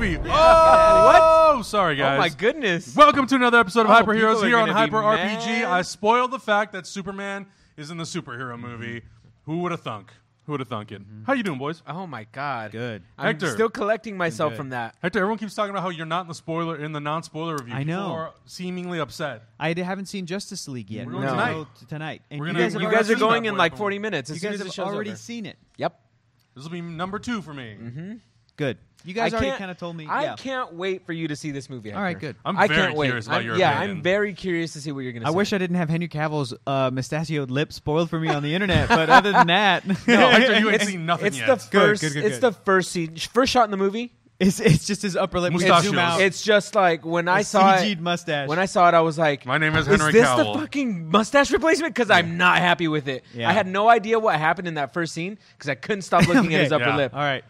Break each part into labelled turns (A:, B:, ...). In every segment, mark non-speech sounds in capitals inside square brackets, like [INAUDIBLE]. A: [LAUGHS]
B: you? Oh, sorry, guys.
A: Oh my goodness.
B: Welcome to another episode of
A: Oh,
B: Hyper
A: people
B: Heroes
A: are
B: here on
A: gonna be
B: Hyper RPG.
A: mad.
B: I spoiled the fact that Superman is in the superhero movie. Who would have thunk? Who would have thunk it? How you doing, boys?
A: Oh my god.
C: Good.
A: I'm
B: Hector.
A: still collecting myself from that.
B: Hector, everyone keeps talking about how you're not in the spoiler in the non-spoiler review.
C: I know.
B: People are seemingly upset.
C: I d- haven't seen Justice League yet.
B: We're
C: We're
A: going
C: gonna
A: tonight.
C: go t- tonight. And
B: We're
C: you
B: gonna-
C: guys have
B: you
A: You
B: already
A: guys are
B: seen
A: going
B: that
A: in
B: boy
A: like
B: before.
A: 40 minutes. As
C: you
A: soon
C: guys
A: as the
C: have
A: show's
C: already
A: over.
C: seen it.
A: Yep.
B: This will be number two for me.
C: Good. You guys
A: I
C: already
A: can't-
C: kind of told me.
A: I
C: yeah.
A: can't wait for you to see this movie.
C: All right,
A: Hector.
C: good.
B: I'm
A: I
B: very
A: can't wait.
B: curious about
A: I'm-
B: your
A: yeah,
B: opinion.
A: I'm very curious to see what you're going to
C: I
A: say.
C: wish I didn't have Henry Cavill's uh, mustachioed lip spoiled for me on the internet, but other
A: [LAUGHS]
C: than that,
B: [LAUGHS] Hector,
C: [LAUGHS]
B: you ain't
A: It's-
B: seen nothing
A: it's
B: yet.
A: the first.
C: good, good,
A: it's
C: good.
A: the first scene, first shot in the movie.
C: it's, it's just his upper lip.
B: Mustachios.
C: Zoom out.
A: It's just like when I
C: Oh. A
A: saw
C: CG'd
A: it,
C: mustache.
A: When I saw it, I was like,
B: My name is Henry
A: Is this
B: Cavill."
A: the fucking mustache replacement? Because I'm not happy with it.
C: Yeah.
A: I had no idea what happened in that first scene because I couldn't stop looking at his
C: Okay.
A: upper
B: Yeah.
A: lip.
C: All right.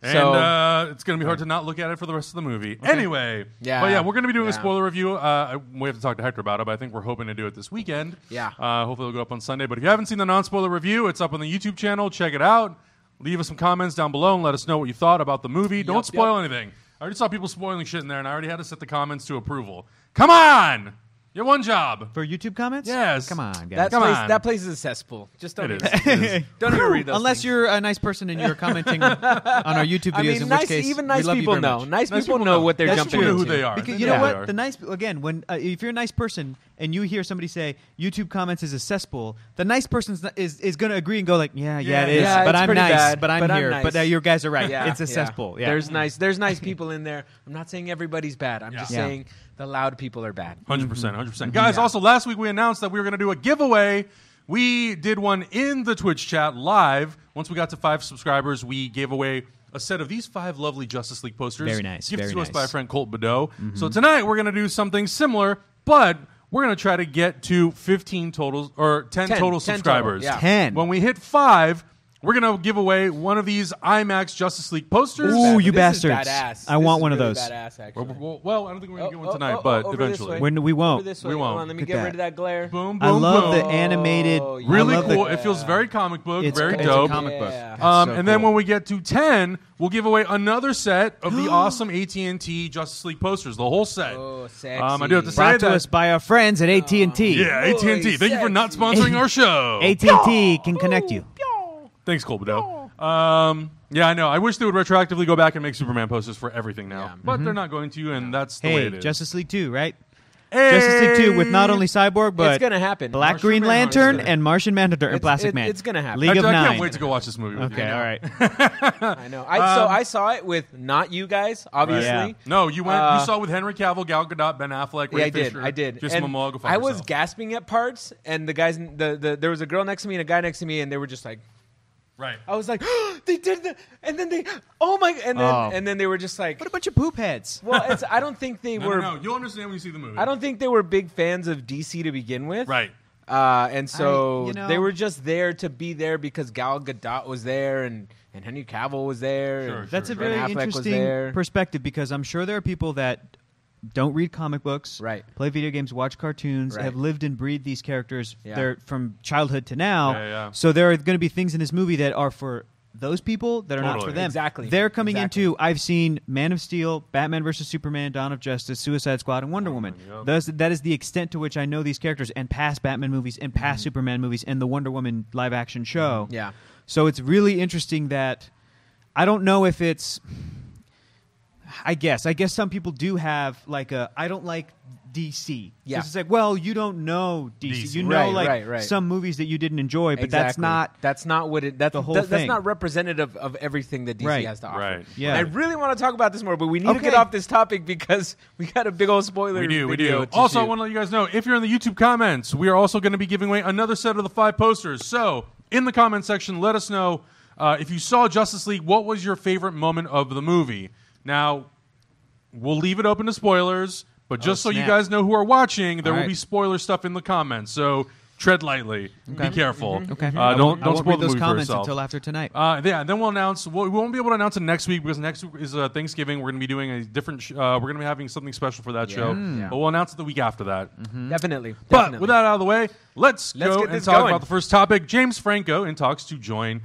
B: And
A: So-
B: uh, it's going to be hard to not look at it for the rest of the movie. Anyway,
A: Yeah.
B: but yeah, we're going to be doing a
A: Yeah.
B: spoiler review. Uh, I- we have to talk to Hector about it, but I think we're hoping to do it this weekend.
A: Yeah.
B: Uh, hopefully, it'll go up on Sunday. But if you haven't seen the non-spoiler review, it's up on the YouTube channel. Check it out. Leave us some comments down below and let us know what you thought about the movie. Don't
A: Yup,
B: spoil anything. I already saw people spoiling shit in there, and I already had to set the comments to approval. Come on, you have one job.
A: [LAUGHS]
C: For YouTube comments?
B: Yes.
C: Come on, guys.
A: That
B: Come
A: place,
B: on.
A: that place is a cesspool. Just don't.
B: It
A: even-
B: is. It is.
A: [LAUGHS] Don't even read those.
C: Unless
A: things.
C: you're a nice person and you're commenting on
A: [LAUGHS]
C: our YouTube videos,
A: I mean,
C: in
A: nice,
C: which case
A: even
C: we
A: nice
C: love you
A: people
C: very
A: know.
C: much.
B: Nice
A: Nice, people,
B: people
A: know
B: know.
A: what they're
C: That's
A: jumping
C: true.
B: People know
A: into.
B: who they are.
C: Because
B: They
C: you
B: know
C: know
B: who
C: what?
B: they are.
C: The nice again, when uh, if you're a nice person and you hear somebody say YouTube comments is a cesspool, the nice person is is going to agree and go like, yeah, yeah, it
B: Yeah,
C: is,
A: yeah,
C: but
A: it's
C: I'm
A: pretty
C: nice,
A: bad,
C: but I'm
A: but I'm
C: here,
A: nice."
C: but uh, you guys are right.
A: Yeah,
C: it's a
A: yeah.
C: cesspool. Yeah.
A: There's nice. There's nice people in there. I'm not saying everybody's bad. I'm just
C: Yeah.
A: saying the loud people are bad.
B: Hundred percent, hundred percent, guys. Also, last week we announced that we were going to do a giveaway. We did one in the Twitch chat live. Once we got to five subscribers, we gave away a set of these five lovely Justice League posters.
C: Very nice,
B: gifted
C: very
B: to us by
C: nice.
B: our friend Colt Bedeau.
A: Mm-hmm.
B: So tonight we're going to do something similar, but we're going to try to get to fifteen totals or ten,
A: 10,
B: total
A: 10
B: subscribers.
A: total, yeah.
C: 10.
B: When we hit five, we're going to give away one of these IMAX Justice League posters.
C: Ooh, you
A: This is
C: bastards.
A: badass.
C: I
A: This
C: want
A: is
C: one of
A: really
C: those.
A: Badass, actually.
B: Well, well, I don't think we're going to get
A: Oh,
B: one
A: oh,
B: tonight,
A: oh,
B: but
A: over this
B: eventually.
A: way.
C: when we
A: Over
C: won't.
A: this
B: We
A: way. Hold
B: won't.
A: on, let me
C: Look
A: get
C: at
A: rid of that glare.
B: Boom, boom,
C: I
B: boom.
C: love the animated.
A: Oh, yeah.
B: Really
C: I love
B: cool.
C: The,
B: it feels very comic book,
C: it's,
B: very
C: it's
B: dope.
C: a comic book.
A: Yeah.
C: That's
B: um,
C: so
B: and then
C: cool.
B: when we get to ten, we'll give away another set of
C: [GASPS]
B: the awesome AT and T Justice League posters, the whole set.
A: Oh, sexy.
B: Um, I do have to say
C: brought to
B: that.
C: us by our friends at AT and Oh. T.
B: yeah, AT and T.
A: Boy,
B: Thank you for not
A: sexy.
B: sponsoring
C: [LAUGHS]
B: our show.
C: AT and T can connect you.
B: [LAUGHS] Thanks, Colbado. Um, yeah, I know. I wish they would retroactively go back and make Superman posters for everything now,
A: Yeah.
B: but they're not going to, and that's the way
C: Mm-hmm. Hey,
B: it is.
C: Justice League Two, right?
B: Hey!
C: Justice League Two with not only Cyborg but
A: Eh, it's gonna happen.
C: Black
B: Martian
C: Green
B: Manhunter's
C: Lantern
B: gonna-
C: and Martian Manhunter and
A: It's-
C: Plastic
A: it-
C: Man.
A: it's gonna happen.
C: League
B: Actually,
C: of
B: I can't
C: Nine.
B: wait to go watch this movie. with you.
C: Okay, all right.
A: I know. I
B: um,
A: so I saw it with not you guys, obviously.
C: Yeah.
B: No, you went. you
A: Uh,
B: saw with Henry Cavill, Gal Gadot, Ben Affleck, Ray
A: Yeah, I did.
B: Fisher,
A: I did.
B: Jason
A: And
B: Momoa. Go fuck
A: I was
B: yourself.
A: gasping at parts, and the guys, the, the there was a girl next to me and a guy next to me, and they were just like,
B: right.
A: I was like, [GASPS] they did the, and then they, oh my, and then
C: Oh.
A: and then they were just like,
C: What a bunch of poop heads.
A: [LAUGHS] well, it's, I don't think they
B: No,
A: were,
B: no, no, you'll understand when you see the movie.
A: I don't think they were big fans of DC to begin with,
B: Right.
A: Uh, and so
C: I- you know-
A: they were just there to be there because Gal Gadot was there and and Henry Cavill was there.
B: Sure,
A: and
B: sure.
C: That's a
B: Ben
C: very
A: Affleck was there.
C: interesting perspective because I'm sure there are people that don't read comic books,
A: Right.
C: play video games, watch cartoons,
A: Right.
C: have lived and breathed these characters
A: Yeah.
C: They're from childhood to now.
B: Yeah, yeah.
C: So there are going to be things in this movie that are for those people that are not
B: Totally.
C: for them.
A: Exactly.
C: They're coming
A: Exactly.
C: into I've seen Man of Steel, Batman versus Superman, Dawn of Justice, Suicide Squad, and
B: Oh
C: Wonder Woman.
B: yep.
C: Those, that is the extent to which I know these characters and past Batman movies and
A: Mm-hmm.
C: past Superman movies and the Wonder Woman live action show.
A: Yeah.
C: So it's really interesting that I don't know if it's. I guess. I guess some people do have like a. I don't like DC.
A: Yeah.
C: 'Cause It's like, well, you don't know DC.
B: DC.
C: You know,
A: Right,
C: like
A: right, right.
C: some movies that you didn't enjoy, but that's
A: Exactly.
C: not.
A: that's not what it that's
C: the whole
A: that- that's
C: thing.
A: not representative of everything that DC
C: Right.
A: has to offer.
B: Right.
C: Yeah.
A: And I really want to talk about this more, but we need to
C: Okay.
A: get off this topic because [LAUGHS] we got a big old spoiler.
B: We do, we
A: video
B: do.
A: to
B: Also, I
A: shoot.
B: want to let you guys know if you're in the YouTube comments, we are also going to be giving away another set of the five posters. So, in the comment section, let us know uh, if you saw Justice League, what was your favorite moment of the movie? Now, we'll leave it open to spoilers, but just so you
C: Oh, snap.
B: guys know who are watching, there
C: All
B: will
C: right.
B: be spoiler stuff in the comments. So, tread lightly. Be careful.
C: Okay.
B: Uh, don't
C: I
B: don't
C: won't
B: spoil the
C: read those
B: movie for
C: comments
B: yourself.
C: until after tonight.
B: Uh, yeah, then we'll announce. We'll, we won't be able to announce it next week because next week is uh, Thanksgiving. We're going to be doing a different. Sh- uh, we're going to be having something special for that show,
A: Yeah.
B: but we'll announce it the week after that.
A: Mm-hmm. definitely,
B: But
A: definitely.
B: with that out of the way, let's,
A: Let's
B: go
A: get
B: and
A: this
B: talk
A: going.
B: about the first topic. James Franco in talks to join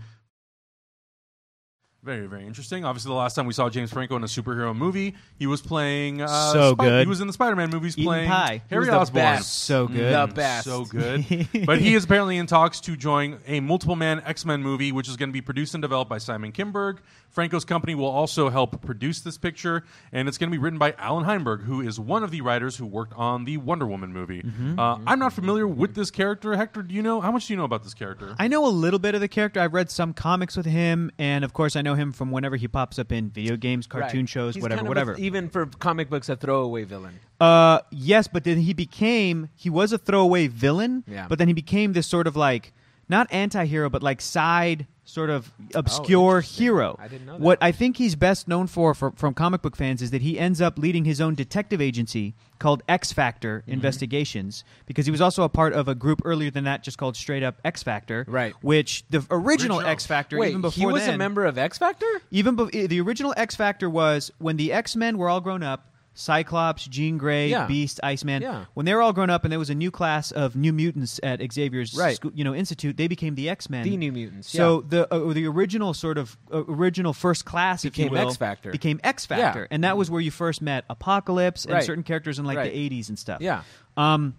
B: Very, very interesting. Obviously, the last time we saw James Franco in a superhero movie, he was playing. Uh,
D: So
B: Spi- He
D: good.
B: was in the Spider-Man movies
C: Eating
B: playing
C: pie. He
B: Harry
A: was the
B: Osborn.
A: best.
C: So good.
A: The best.
B: So good. [LAUGHS] but he is apparently in talks to join a multiple man X Men movie, which is going to be produced and developed by Simon Kimberg. Franco's company will also help produce this picture, and it's going to be written by Alan Heinberg, who is one of the writers who worked on the Wonder Woman movie. Uh, I'm not familiar with this character. Hector, do you know? How much do you know about this character?
C: I know a little bit of the character. I've read some comics with him, and of course, I know him from whenever he pops up in video games, cartoon
A: Right.
C: shows,
A: He's
C: whatever,
A: kind of a-
C: whatever.
A: even for comic books, a throwaway villain.
C: Uh, yes, but then he became he was a throwaway villain.
A: Yeah.
C: But then he became this sort of like not anti-hero, but like side sort of obscure
A: Oh, interesting.
C: hero.
A: I didn't know
C: What
A: that.
C: I think he's best known for, for from comic book fans is that he ends up leading his own detective agency called X Factor
A: Mm-hmm.
C: Investigations because he was also a part of a group earlier than that just called straight up X Factor.
A: Right.
C: Which the original,
B: Original.
C: X Factor
A: Wait,
C: even before
A: he was
C: then,
A: a member of X Factor?
C: even bef- the original X Factor was when the X Men were all grown up. Cyclops, Jean Grey,
A: Yeah.
C: Beast, Iceman.
A: Yeah.
C: When they were all grown up, and there was a new class of new mutants at Xavier's,
A: Right.
C: scho- you know, institute, they became the X Men.
A: The New Mutants,
C: So the uh, the original sort of uh, original first class, if you
A: Became
C: will,
A: X-Factor.
C: became X Factor,
A: Yeah.
C: and that was where you first met Apocalypse and
A: Right.
C: certain characters in like
A: Right.
C: the '80s and stuff.
A: Yeah.
C: Um,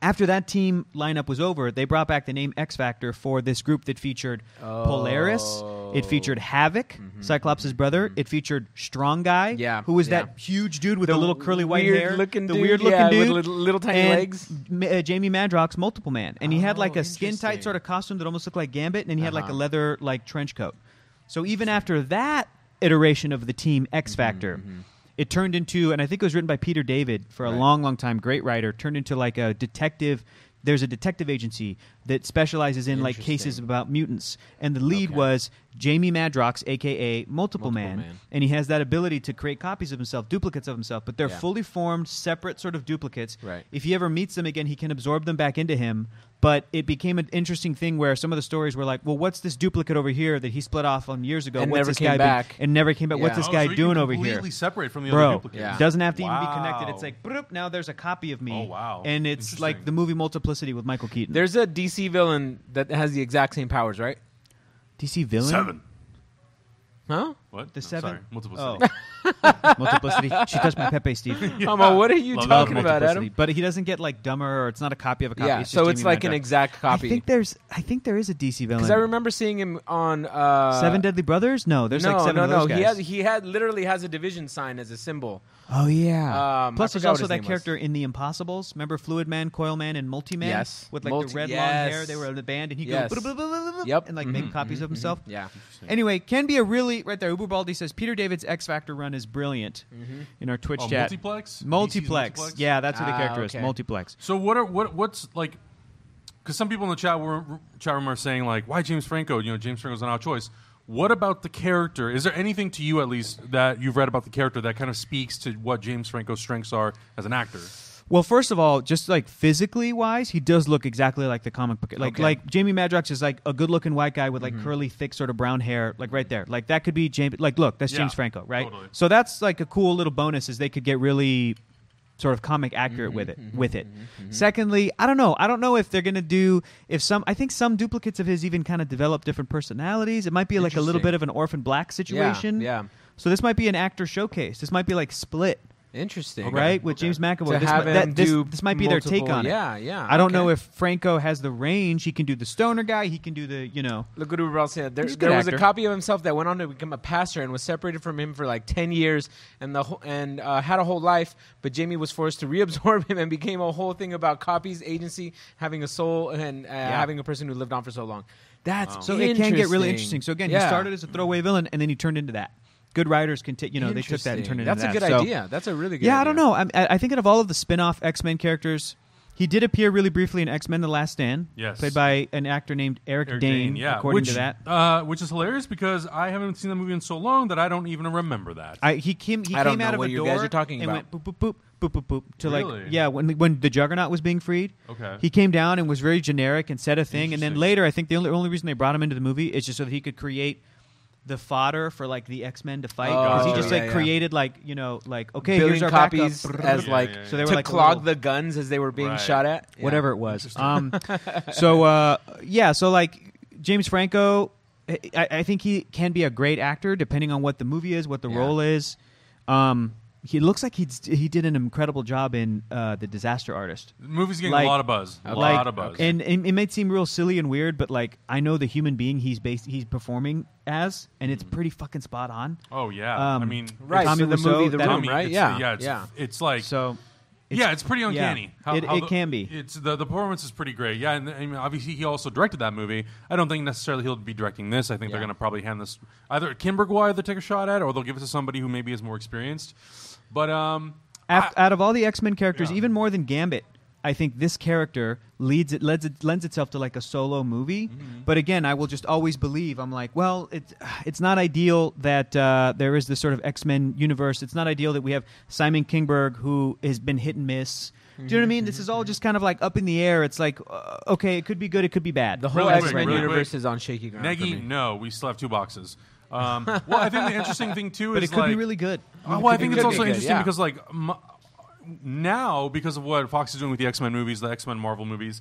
C: after that team lineup was over, they brought back the name X Factor for this group that featured Polaris. It featured
A: Oh.
C: Havoc, Cyclops' brother. It featured Strong Guy,
A: Mm-hmm, Yeah,
C: who was
A: yeah.
C: that huge dude with the, little curly white
A: weird
C: hair,
A: looking
C: the
A: dude,
C: weird looking
A: yeah,
C: dude
A: with little- little tiny
C: and
A: legs.
C: M- uh, Jamie Madrox, Multiple Man, and he had
A: Oh,
C: like a skin tight
A: interesting.
C: sort of costume that almost looked like Gambit, and then he had like a
A: Uh-huh.
C: leather like trench coat. So even after that iteration of the team
A: Mm-hmm,
C: X Factor, it turned into, and I think it was written by Peter David for a
A: Right.
C: long, long time, great writer. Turned into like a detective. There's a detective agency that specializes in like cases
A: Interesting.
C: about mutants, and the lead
A: Okay.
C: was Jamie Madrox, aka
A: Multiple
C: Multiple, Man,
A: Man.
C: and he has that ability to create copies of himself, duplicates of himself, but they're
A: Yeah.
C: fully formed, separate sort of duplicates.
A: Right.
C: If he ever meets them again, he can absorb them back into him. But it became an interesting thing where some of the stories were like, "Well, what's this duplicate over here that he split off on years ago?
A: And
C: what's
A: never
C: this
A: came
C: guy been-
A: back.
C: and never came back? What's
A: Yeah.
C: this
B: Oh,
C: guy
B: so you
C: doing
B: can
C: over here?"
B: Completely separate from the other
C: Bro,
B: duplicates.
A: Yeah.
C: doesn't have to even be
B: Wow.
C: connected. It's like, broop, now there's a copy of me.
B: Oh, wow.
C: And it's like
B: Interesting.
C: the movie Multiplicity with Michael Keaton.
A: There's a DC villain that has the exact same powers, right?
C: DC villain
B: Seven.
A: Huh?
B: What?
C: The
B: No,
C: seven.
B: Sorry. Multiple.
C: Oh. [LAUGHS]
B: City.
C: [LAUGHS] Multiplicity. She
A: [LAUGHS]
C: touched my
B: [LAUGHS]
C: Pepe, Steve.
A: Um, uh, what are you
B: Love
A: talking
B: that.
A: about,
C: Multiplicity.
A: Adam?
C: But he doesn't get like dumber, or it's not a copy of a copy.
A: Yeah,
C: it's just
A: so it's
C: Jamie
A: like an
C: Madrox.
A: exact
C: I
A: copy.
C: think there's, I think there is a DC villain.
A: Because I remember seeing him on uh,
C: Seven Deadly Brothers? No, there's
A: no,
C: like seven
A: no,
C: of
A: no.
C: those guys.
A: He had he had literally has a division sign as a symbol.
C: oh yeah.
A: Um, I
C: Plus, there's
A: forgot what
C: also
A: his
C: that
A: name was.
C: character in The Impossibles. Remember Fluid Man, Coil Man, and Multi Man?
A: Yes.
C: With like
A: Multi-
C: the red long
A: yes.
C: hair, they were in the band, and he
A: Yes.
C: goes "Blah, blah, blah, blah, blah,"
A: Yep. Mm-hmm,
C: and like make copies of himself.
A: Yeah.
C: Anyway, can be a really right there. Uber Baldi says Peter David's X Factor run is brilliant. In our Twitch
B: Oh,
C: chat,
B: multiplex? DC's
C: multiplex.
B: multiplex?
C: Yeah, that's what the
A: Ah,
C: character is.
A: okay.
C: Multiplex.
B: So what are what what's like? Because some people in the chat were, chat room are saying like, why James Franco? You know, James Franco's an out choice. What about the character? Is there anything to you at least that you've read about the character that kind of speaks to what James Franco's strengths are as an actor?
C: Well, first of all, just like physically wise, he does look exactly like the comic book. Like
A: Okay. Mm-hmm.
C: like Jamie Madrox is like a good-looking white guy with like curly, thick sort of brown hair, like right there. Like that could be James. Like look, that's
B: Yeah,
C: James Franco, right?
B: totally.
C: So that's like a cool little bonus is they could get really sort of comic accurate
A: Mm-hmm,
C: with it. With it. Secondly, I don't know. I don't know if they're gonna do if some. I think some duplicates of his even kind of develop different personalities. It might be like a little
A: Interesting.
C: bit of an orphan black situation.
A: yeah.
C: So this might be an actor showcase. This might be like Split
A: Interesting.
C: right? With James McAvoy,
A: To
C: this,
A: have
C: might, that-
A: him
C: this,
A: do
C: this might be their take
A: multiple-
C: on it.
A: yeah, yeah,
C: I don't
A: okay.
C: know if Franco has the range. He can do the stoner guy. He can do the you know.
A: Look what Uber said. There,
C: He's a good
A: there was a
C: actor.
A: copy of himself that went on to become a pastor and was separated from him for like ten years, and the whole, and uh, had a whole life. But Jamie was forced to reabsorb [LAUGHS] him and became a whole thing about copies, agency, having a soul, and uh, having a person who lived on for so long. That's
C: So it can get really interesting. So again, he
A: Yeah.
C: started as a throwaway villain, and then he turned into that. Good writers can take you know they took that and
A: Interesting.
C: turned it
A: That's
C: into that.
A: a good
C: So-
A: idea. That's a really good.
C: yeah, I
A: idea.
C: don't know. I'm, I, I think out of all of the spin-off X-Men characters, he did appear really briefly in X-Men: The Last Stand.
B: Yes.
C: played by an actor named Eric,
B: Eric
C: Dane.
B: yeah.
C: according
B: which,
C: to that.
B: uh, which is hilarious because I haven't seen the movie in so long that I don't even remember that.
C: I, he came. He
A: I don't
C: came
A: know
C: out of
A: what
C: a
A: you
C: door
A: guys are talking
C: and
A: about.
C: went boop boop boop boop boop boop to like
B: Really?
C: yeah when when the Juggernaut was being freed.
B: Okay.
C: He came down and was very generic and said a thing, and then
B: Interesting.
C: later I think the only only reason they brought him into the movie is just so that he could create the fodder for like the X Men to fight because he
B: Oh,
C: just
B: yeah,
C: like
A: yeah.
C: created like you know like okay
A: Billion
C: here's our [LAUGHS]
A: copies
C: backup.
A: as
B: Yeah,
A: like
B: yeah, yeah.
C: So they were
A: to
C: like a
A: clog
C: little-
A: the guns as they were being
B: Right.
A: shot at. Yeah.
C: [LAUGHS] whatever it was. Um, so uh, yeah, so like James Franco, I, I think he can be a great actor depending on what the movie is, what the
A: Yeah.
C: role is. Um, he looks like he's he did an incredible job in uh, the Disaster Artist.
B: The movie's getting
C: Like-
B: a lot of buzz. A
C: like,
B: lot of buzz.
C: and, and it might seem real silly and weird, but like I know the human being he's based he's performing as, and
B: Mm.
C: it's pretty fucking spot on.
B: oh yeah. I
C: um,
B: mean,
A: Right,
B: it's-
C: Tommy
A: so the
C: Wiseau,
A: movie The
C: that-
A: Room,
B: Tommy,
A: right?
B: it's-
A: Yeah,
B: yeah, it's,
A: yeah.
B: It's like
C: So,
B: yeah, it's pretty uncanny.
C: yeah. It- it
B: the-
C: can be.
B: It's the the performance is pretty great. Yeah, and, and obviously he also directed that movie. I don't think necessarily he'll be directing this. I think they're
A: Yeah.
B: going to probably hand this either Kimberguy they'll take a shot at, or they'll give it to somebody who maybe is more experienced. But um,
C: af- out of all the X Men characters,
B: Yeah.
C: even more than Gambit, I think this character leads it lends, it lends itself to like a solo movie.
B: Mm-hmm.
C: But again, I will just always believe I'm like, well, it's it's not ideal that uh, there is this sort of X Men universe. It's not ideal that we have Simon Kingberg who has been hit and miss. Do you know what I mean? This is
B: Mm-hmm.
C: all just kind of like up in the air. It's like, uh, okay, it could be good, it could be bad.
A: The whole
B: Really quick,
A: X Men
B: really
A: universe
B: quick.
A: is on shaky ground.
B: Negi,
A: for me.
B: no, we still have two boxes. Um, well, I think the interesting thing too
C: but
B: is
C: it could
B: like,
C: be really good.
B: Uh, well, I think
A: be
B: it's
A: good.
B: also
A: Could be good,
B: interesting
A: yeah.
B: because like m- now, because of what Fox is doing with the X Men movies, the X Men Marvel movies,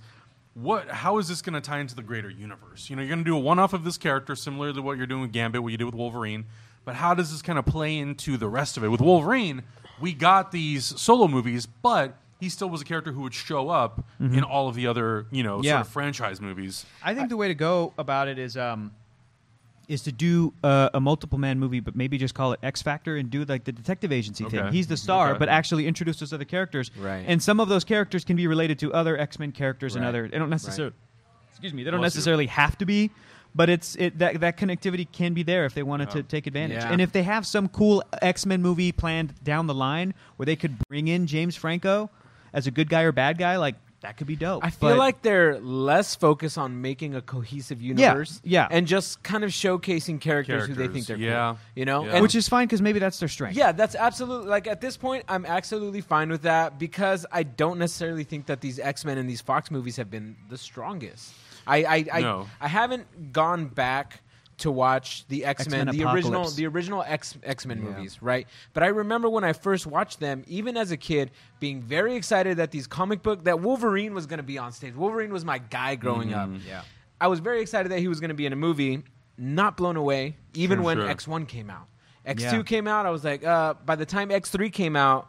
B: what how is this going to tie into the greater universe? You know, you're going to do a one off of this character, similar to what you're doing with Gambit, what you did with Wolverine. But how does this kind of play into the rest of it? With Wolverine, we got these solo movies, but he still was a character who would show up
A: Mm-hmm.
B: in all of the other, you know,
C: Yeah.
B: sort of franchise movies.
C: I think the way to go about it is um, is to do uh, a multiple man movie, but maybe just call it X Factor and do like the detective agency thing.
B: Okay.
C: He's the star,
B: Okay.
C: but actually introduce those other characters.
A: Right.
C: And some of those characters can be related to other X Men characters and
A: Right.
C: other. They don't necessarily. Excuse me. They don't
B: Bless you.
C: necessarily have to be. But it's it, that that connectivity can be there if they wanted
B: Yeah.
C: to take advantage,
A: Oh. Yeah.
C: and if they have some cool X Men movie planned down the line where they could bring in James Franco as a good guy or bad guy, like that could be dope.
A: I feel
C: But-
A: like they're less focused on making a cohesive universe,
C: yeah.
A: and just kind of showcasing characters, who they
B: Characters,
A: think they're,
B: yeah,
A: cool, you know,
B: yeah.
A: And-
C: which is fine because maybe that's their strength.
A: Yeah, that's absolutely like at this point I'm absolutely fine with that because I don't necessarily think that these X Men and these Fox movies have been the strongest. I I, I,
B: No.
A: I haven't gone back to watch the X Men,
C: X-Men
A: the original
C: Apocalypse.
A: the original X X Men movies, right? But I remember when I first watched them, even as a kid, being very excited that these comic book that Wolverine was going to be on stage. Wolverine was my guy growing up.
D: Yeah.
A: I was very excited that he was going to be in a movie. Not blown away, even
B: Sure,
A: when
B: sure.
A: X One came out. X
C: Yeah.
A: Two came out, I was like, uh, by the time X Three came out,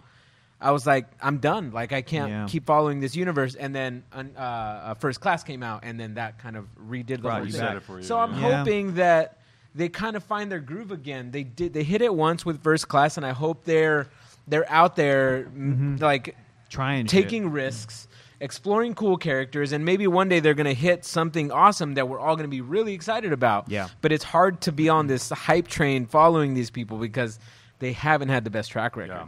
A: I was like, I'm done. Like I can't
C: Yeah.
A: keep following this universe. And then un- uh, uh, First Class came out, and then that kind of redid the
C: Right,
A: whole
C: you
A: thing.
C: said
B: it for you,
A: so I'm
C: yeah. Yeah.
A: hoping that they kind of find their groove again. They did. They hit it once with First Class, and I hope they're they're out there
C: Mm-hmm.
A: m like
C: trying
A: taking risks, exploring cool characters, and maybe one day they're going to hit something awesome that we're all going to be really excited about.
C: Yeah.
A: But it's hard to be on this hype train following these people because they haven't had the best track record.
B: Yeah.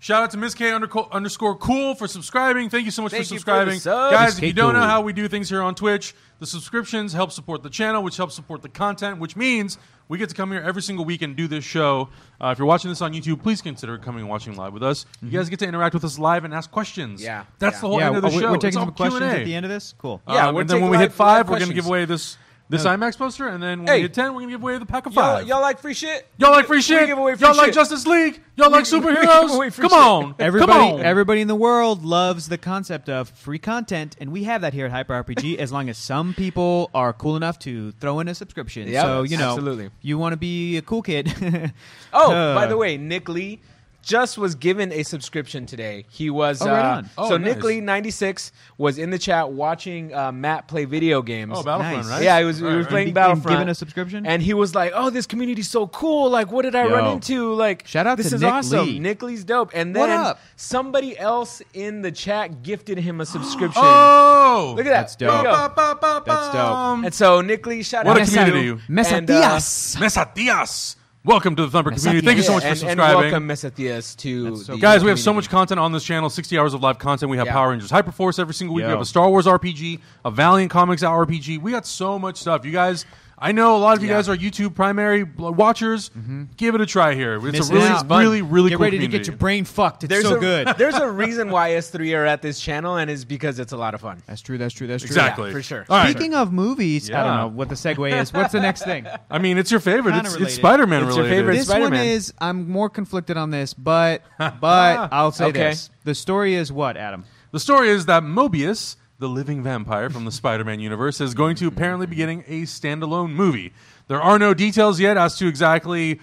B: Shout out to Ms. K underco- underscore cool for subscribing. Thank you so much
A: Thank
B: for
A: you for
B: subscribing.
A: the sub.
B: Guys,
A: Ms.
B: if
A: K
B: you don't know
A: Cool.
B: how we do things here on Twitch, the subscriptions help support the channel, which helps support the content, which means we get to come here every single week and do this show. Uh, if you're watching this on YouTube, please consider coming and watching live with us. You guys get to interact with us live and ask questions.
A: Yeah.
B: That's
A: Yeah.
B: the whole
C: Mm-hmm. yeah,
B: end of the
C: we-
B: show.
C: we're taking
B: It's all
C: some questions
B: Q&A.
C: at the end of this. Cool. Uh,
B: Um,
A: Yeah, we're
B: and then when
A: taking
B: we hit
A: live- live
B: five, we're going to
A: questions.
B: give away this this IMAX poster, and then when
A: Hey.
B: we hit ten, we're going to give away the pack of
A: Y'all,
B: 5
A: y'all like free shit?
B: Y'all like free
A: We
B: shit?
A: give away free
B: y'all like
A: shit.
B: Justice League? Y'all like
A: we- we give away
B: superheroes?
A: free
B: Come
A: shit.
B: on,
C: Everybody,
B: Come on.
C: everybody in the world loves the concept of free content, and we have that here at Hyper
B: [LAUGHS]
C: RPG. as long as some people are cool enough to throw in a subscription,
A: Yeah,
C: so you know,
A: absolutely.
C: you want to be a
B: [LAUGHS]
C: cool kid. [LAUGHS]
A: Oh,
C: Uh,
A: by the way, Nick Lee just was given a subscription today. He was
C: Oh, right
A: uh,
C: on.
B: Oh,
A: so
B: nice.
A: Nick Lee ninety six was in the chat watching uh, Matt play video games.
B: Oh, Battlefront,
C: Nice.
B: right?
A: Yeah, he was, he
B: Right,
A: was
B: right.
A: playing
C: Being
A: Battlefront.
C: given a subscription?
A: and he was like, "Oh, this community's so cool! Like, what did I
C: Yo.
A: run into? Like,
C: Shout out
A: this
C: to
A: is
C: Nick
A: awesome.
C: Lee.
A: Nick Lee's dope." And
C: What
A: then
C: up?
A: somebody else in the chat gifted him
C: [GASPS]
A: a subscription.
C: Um,
B: Oh,
A: Look at that!
C: [LAUGHS] That's dope.
A: There you go.
C: That's dope.
A: And so Nick Lee, shout
B: What
A: out
B: a
A: to you.
B: community.
A: And, uh,
C: Mesatias.
B: Mesatias, welcome to the Thumper community. Thank you so
A: yeah,
B: much for
A: and-
B: subscribing.
A: And welcome Mesathias to
C: That's so
A: the
C: cool.
B: Guys, we have so much
A: community.
B: content on this channel. 60 hours of live content. We have
A: Yeah.
B: Power Rangers Hyperforce every single week. We
C: Yo.
B: have a Star Wars RPG, a Valiant Comics RPG. We got so much stuff. You guys, I know a lot of you
A: Yeah. Mm-hmm.
B: guys are YouTube primary bl- watchers. Give it a try here. It's
C: Missing
B: a really,
C: out.
B: it's really, really
C: get
B: cool
C: ready
B: community.
C: to get your brain fucked. It's
A: There's
C: so
A: a,
C: good.
A: [LAUGHS]
B: [LAUGHS]
A: there's a reason why S3 are at this channel, and it's because it's a lot of fun.
C: that's true. That's true. That's true.
B: exactly.
A: Yeah, for sure.
B: All right.
C: Speaking of movies, I don't
B: Yeah.
C: know what the segue is. What's the next
B: [LAUGHS]
C: thing?
B: I mean, it's your favorite.
C: Kinda
B: It's, it's
C: related.
B: Spider Man
A: It's
B: related.
A: your favorite.
C: this
A: Spider-Man.
C: one is I'm more conflicted on this, but [LAUGHS] but I'll say
A: Okay.
C: this: the story is what Adam.
B: The story is that Mobius, the the living vampire from the Spider Man universe, is going to apparently be getting a standalone movie. There are no details yet as to exactly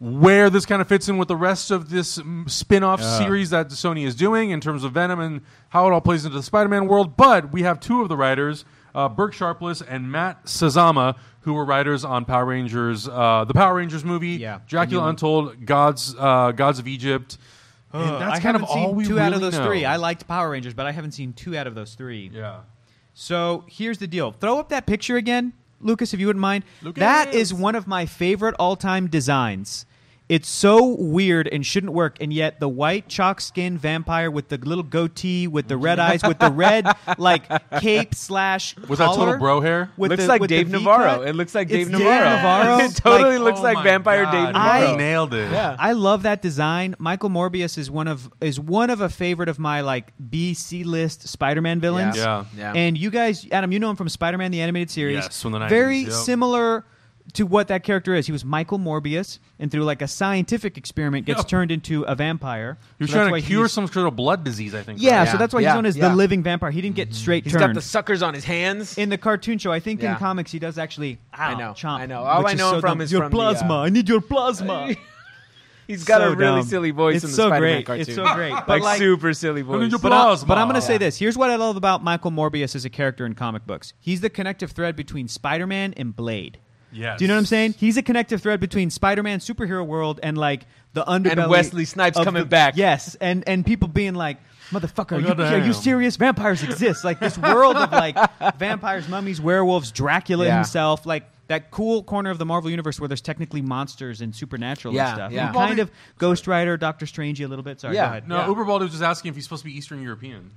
B: where this kind of fits in with the rest of this mm, spin-off series that Sony is doing in terms of Venom and how it all plays into the Spider-Man world. But we have two of the writers, uh, Burke Sharpless and Matt Sazama, who were writers on Power Rangers, uh, the Power Rangers movie,
A: Yeah.
B: Dracula Untold, Gods, uh, Gods of Egypt. And
C: Ugh,
B: that's
C: I
B: kind of
C: haven't seen
B: all we
C: two
B: really
C: out of those
B: know.
C: three. I liked Power Rangers, but I haven't seen two out of those three.
B: yeah.
C: So here's the deal. Throw up that picture again, Lucas, if you wouldn't mind.
B: Lucas!
C: That is one of my favorite all time designs. It's so weird and shouldn't work, and yet the white chalk skin vampire with the little goatee, with the red eyes, with
B: [LAUGHS]
C: the red like cape slash
B: Was that total
C: collar,
B: bro hair?
C: with
A: looks
C: the-
A: like
C: with the
A: Dave
C: V
A: Navarro.
C: cut.
A: It looks like
C: It's
A: Dave Navarro. [LAUGHS]
C: Navarro.
A: it totally
C: Like,
A: looks
B: Oh
A: like
B: my
A: vampire
B: God,
A: Dave
B: I
A: Navarro.
B: nailed it.
A: Yeah.
C: I love that design. Michael Morbius is one of is one of a favorite of my like B C list Spider Man villains.
B: Yeah.
A: Yeah.
C: And you guys, Adam, you know him from Spider Man the animated series.
B: Yes, from the 90s,
C: Very
B: yep.
C: similar to what that character is. He was Michael Morbius, and through like a scientific experiment, gets
B: Yep.
C: turned into a vampire.
B: He was
C: So that's
B: trying
C: why
B: to cure
C: he's-
B: some sort of blood disease, I think.
C: Yeah,
B: right?
C: so that's why
A: Yeah,
C: he's known as
A: yeah. Mm-hmm.
C: the living vampire. He didn't get straight
A: He's got
C: turned.
A: the suckers on his hands.
C: in the cartoon show, I think
A: Yeah.
C: in comics he does actually.
A: I
C: ow,
A: know,
C: chomp,
A: I know. All I
C: which
A: know
C: so
A: him from
C: dumb.
A: is
C: your
A: from the,
C: plasma.
A: uh,
C: I need your plasma.
A: [LAUGHS] He's got
C: So
A: a really
C: dumb.
A: silly voice
C: It's
A: in the
C: so
A: Spider-Man
C: great.
A: cartoon.
C: It's
A: [LAUGHS]
C: so great. But
A: like,
C: like-
A: super silly
B: Look at
A: voice.
B: your
C: But, I,
B: plasma.
C: am going to say this. Here's what I love about Michael Morbius as a character in comic books. He's the connective thread between Spider-Man and Blade.
B: Yes.
C: Do you know what I'm saying? He's a connective thread between Spider-Man superhero world and like the underbelly.
A: Wesley Snipes
C: of
A: coming
C: the-
A: back. Oh,
C: Yes, and and people being like, "Motherfucker, are you,
B: Goddamn.
C: are you serious? Vampires exist. Like this world of
A: [LAUGHS]
C: like vampires, mummies, werewolves, Dracula
A: Yeah.
C: himself, like." That cool corner of the Marvel universe where there's technically monsters and supernatural
A: Yeah,
C: and stuff.
A: yeah.
C: And kind of Ghost Rider, Doctor Strange a little bit. Sorry,
A: Yeah.
C: go ahead.
B: No, Uber Bald was just asking if he's supposed to be Eastern European.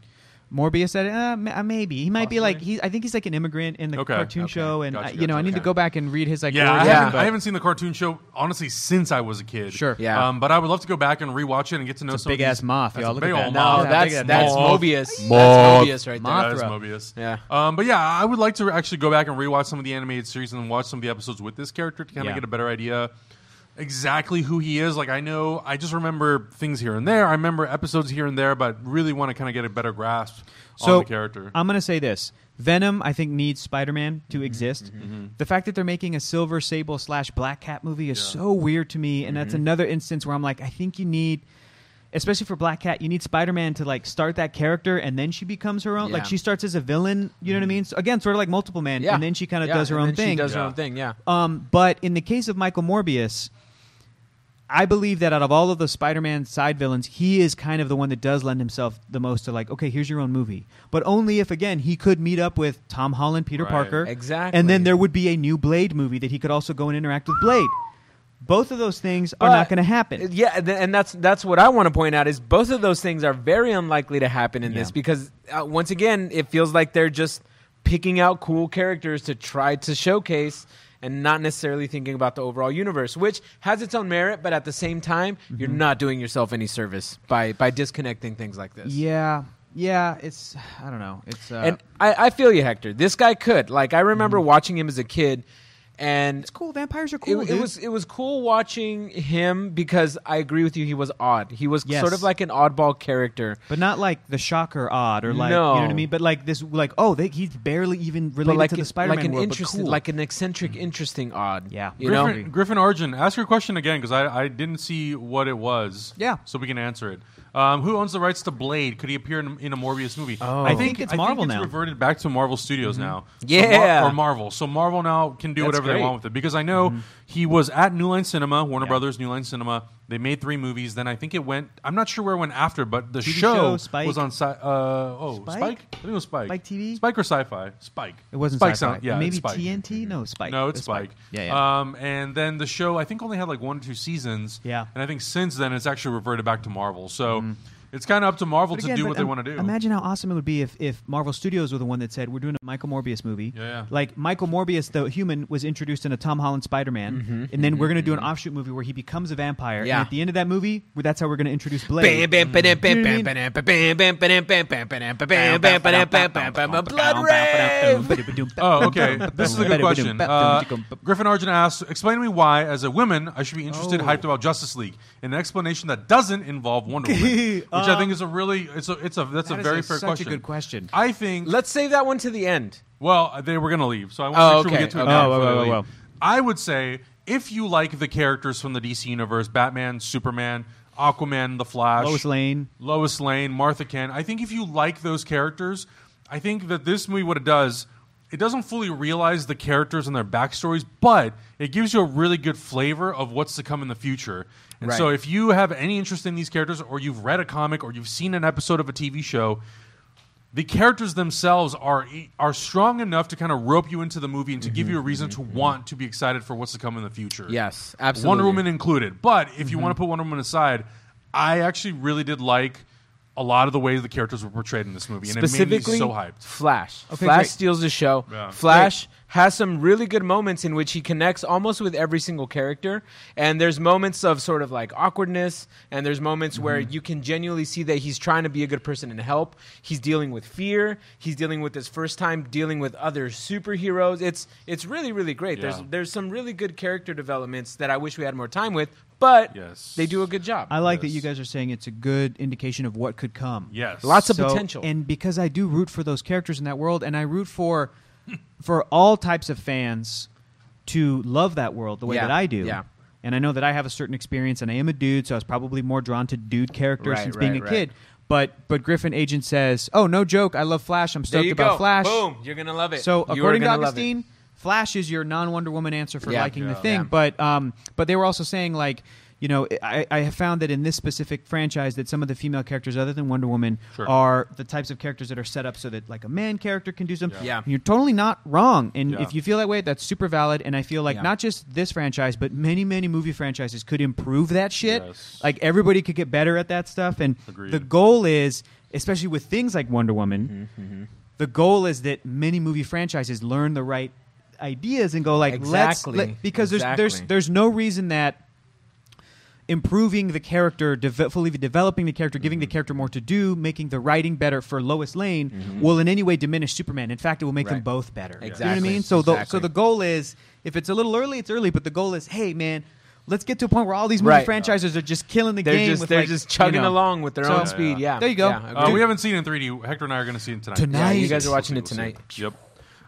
C: Morbius said, uh, ma- uh, maybe he might be like
B: Possibly.
C: he. I think he's like an immigrant in the
B: Okay.
C: cartoon
B: Okay.
C: show, and
B: Gotcha,
C: I, you know,
B: gotcha,
C: I need to
B: okay.
C: go back and read his like.
B: Yeah, I,
C: origin,
B: haven't,
A: but-
B: I haven't seen the cartoon show honestly since I was a kid.
C: Sure.
A: Yeah.
B: Um, but I would love to go back and rewatch it and get to know
C: It's a
B: some of
C: big-ass
B: these-
C: moth,
B: That's
C: y'all.
B: a
C: Look
B: big
C: at
B: old
A: no,
C: that.
B: moth.
C: Look at
A: that's
C: that
A: that's
B: moth.
A: Mobius.
B: Moth.
A: That's Mobius right there.
B: Yeah, that's Mobius.
A: Yeah.
B: Um, but yeah, I would like to actually go back and rewatch some of the animated series and watch some of the episodes with this character to kind of
C: Yeah.
B: get a better idea exactly who he is. Like I know, I just remember things here and there. I remember episodes here and there, but really want to kind of get a better grasp
C: So
B: on the character. Mm-hmm,
C: I'm gonna say this: Venom, I think, needs Spider-Man to exist. The fact that they're making a Silver Sable slash Black Cat movie is so weird to me, and that's
B: Mm-hmm.
C: another instance where I'm like, I think you need. Especially for Black Cat, you need Spider-Man to like start that character, and then she becomes her own.
A: Yeah.
C: Like she starts as a villain, you
B: Mm-hmm.
C: know what I mean? So again, sort of like Multiple Man,
A: Yeah.
C: and then she kind of
A: Yeah,
C: does her
A: and
C: own
A: then
C: thing.
A: She does her
B: Yeah.
A: own thing. Yeah.
C: Um, but in the case of Michael Morbius, I believe that out of all of the Spider-Man side villains, he is kind of the one that does lend himself the most to like, okay, here's your own movie. But only if again he could meet up with Tom Holland, Peter
B: Right.
C: Parker,
A: Exactly.
C: and then there would be a new Blade movie that he could also go and interact with Blade. Both of those things are
A: But-
C: not going to happen.
A: Yeah, th- and that's that's what I want to point out is both of those things are very unlikely to happen in this
C: Yeah.
A: because uh, once again, it feels like they're just picking out cool characters to try to showcase and not necessarily thinking about the overall universe, which has its own merit, but at the same time, you're
C: Mm-hmm.
A: not doing yourself any service by by disconnecting things like this.
C: yeah, yeah. It's I don't know. It's uh,
A: And I, I feel you, Hector. This guy could. Like I remember
C: Mm-hmm.
A: watching him as a kid and
C: it's cool. Vampires are
A: it,
C: cool.
A: it
C: dude.
A: was it was cool watching him because I agree with you. He was odd. He was
C: Yes.
A: sort of like an oddball character.
C: But not like the shocker odd or like
A: No.
C: you know what I mean. But like this, like oh, they, he's barely even related
A: like
C: to
A: an-
C: the Spider-Man
A: like an
C: world. but
A: interesting,
C: cool.
A: like an eccentric, interesting odd.
C: Yeah.
A: you know.
B: Griffin, Griffin Argent, ask your question again because I, I didn't see what it was.
C: Yeah.
B: So we can answer it. Um, who owns the rights to Blade? Could he appear in, in a Morbius movie? Oh.
C: I think it's Marvel now.
B: reverted back to Marvel Studios now. So
A: Yeah.
B: Mar- or Marvel. So Marvel now can do
A: That's
B: whatever
A: great.
B: they want with it because I know
C: Mm-hmm.
B: he was at New Line Cinema, Warner Brothers, New Line Cinema. They made three movies. Then I think it went. I'm not sure where it went after, but the
C: TV
B: show,
C: show, Spike.
B: was on. Sci- uh, oh,
C: Spike?
B: Spike? I think it was Spike.
C: Spike TV?
B: Spike or Sci-Fi? Spike.
C: It wasn't
B: Spike.
C: sci-fi.
B: Sound, yeah,
C: maybe
B: it's Spike.
C: TNT. No, Spike.
B: No, it's
C: It's
B: Spike.
C: Yeah, yeah.
B: Um, and then the show, I think, only had like one or two seasons.
C: Yeah. Mm-hmm.
B: And I think since then, it's actually reverted back to Marvel. So it's kind of up to Marvel
C: But
B: to
C: again,
B: do
C: but
B: what they
C: im-
B: want to do.
C: Imagine how awesome it would be if, if Marvel Studios were the one that said, We're doing a Michael Morbius movie.
B: Yeah, yeah.
C: Like, Michael Morbius, the human, was introduced in a Tom Holland Spider Man. and then we're going to do an offshoot movie where he becomes a vampire.
A: Yeah.
C: And at the end of that movie, well, that's how we're going to introduce Blade.
A: Blood rave.
B: Oh,
A: [LAUGHS]
B: okay. this is a good question. Uh, Griffin Argent asks, explain to me why,
A: Oh. [LAUGHS]
B: as a woman, I should be interested and hyped about Justice League. An explanation that doesn't involve Wonder Woman, which which I think is a really it's a it's a that's
A: Uh, That
B: a
A: is
B: very
A: a-
B: fair
A: such a
B: question.
A: good question.
B: I think.
A: Let's save that one to the end.
B: well, uh, they were going to leave, so I want
A: Oh,
B: to make sure
A: okay,
B: we get to it.
A: okay.
B: now before
C: Oh, well,
B: they
C: well,
B: leave.
C: well.
B: I would say if you like the characters from the DC universe, Batman, Superman, Aquaman, The Flash,
C: Lois Lane.
B: Lois Lane, Martha Kent. I think if you like those characters, I think that this movie what it does, it doesn't fully realize the characters and their backstories, but it gives you a really good flavor of what's to come in the future. And so
A: Right.
B: if you have any interest in these characters or you've read a comic or you've seen an episode of a TV show, the characters themselves are are strong enough to kind of rope you into the movie and to give you a reason to want to be excited for what's to come in the future.
A: Mm-hmm. Yes, absolutely. Mm-hmm.
B: Wonder Woman included. But if you want to put Wonder Woman aside, I actually really did like a lot of the ways the characters were portrayed in this movie, and it made me
A: specifically
B: so hyped.
A: Flash.
C: Okay,
A: Flash
C: great.
A: steals the show.
B: Yeah.
A: Flash has some really good moments in which he connects almost with every single character, and there's moments of sort of like awkwardness, and there's moments where
B: Mm-hmm.
A: you can genuinely see that he's trying to be a good person and help. He's dealing with fear. He's dealing with his first time dealing with other superheroes. It's it's really really great. There's
B: Yeah.
A: there's some really good character developments that I wish we had more time with, but
B: Yes.
A: they do a good job.
C: I like that
B: Yes.
C: you guys are saying it's a good indication of what could come.
B: Yes,
A: Lots of
C: So-
A: potential.
C: And because I do root for those characters in that world, and I root
B: [LAUGHS]
C: for for all types of fans to love that world the way
A: Yeah,
C: that I do.
A: yeah.
C: And I know that I have a certain experience, and I am a dude, so I was probably more drawn to dude characters
A: Right,
C: since
A: right,
C: being a
A: right.
C: kid. But but Griffin Agent says, "Oh no joke! I love Flash. I'm
A: there
C: stoked
A: you
C: about
A: go.
C: Flash."
A: Boom! You're gonna love it.
C: So
A: You are
C: according to
A: gonna love it.
C: Augustine, Flash is your non Wonder Woman answer for
A: Yeah.
C: liking
B: Yeah.
C: the thing.
A: Yeah.
C: But um, but they were also saying like. You know, I, I have found that in this specific franchise, that some of the female characters, other than Wonder Woman,
B: Sure.
C: are the types of characters that are set up so that like a man character can do something.
A: Yeah. Yeah.
C: you're totally not wrong, and
B: Yeah.
C: if you feel that way, that's super valid. And I feel like
A: Yeah.
C: not just this franchise, but many many movie franchises could improve that shit.
B: Yes.
C: Like everybody could get better at that stuff, and
B: Agreed.
C: the goal is, especially with things like Wonder Woman, the goal is that many movie franchises learn the right ideas and go like
A: Exactly.
C: let's let, because there's
A: Exactly.
C: there's there's no reason that improving the character deve- fully developing the character giving
A: Mm-hmm.
C: the character more to do making the writing better for lois lane will in any way diminish superman in fact it will make them
A: Mm-hmm. Right.
C: both better you know what
A: Exactly.
C: i mean so the, so
A: Exactly.
C: the goal is if it's a little early it's early but the goal is hey man let's get to a point where all these movie
A: Right.
C: franchises are just killing the
A: They're
C: game
A: just
C: with
A: they're
C: like,
A: just chugging
C: you know,
A: along with their
C: So-
A: own
B: Yeah,
A: speed. Yeah,
B: yeah.
C: There you go.
A: Yeah,
B: Uh,
A: agree.
B: we haven't seen it in 3D. Hector and I are going to see it tonight.
C: Tonight.
A: Yeah, you
C: Nice.
A: guys are watching it
B: We'll see, we'll
A: tonight.
B: see. Yep.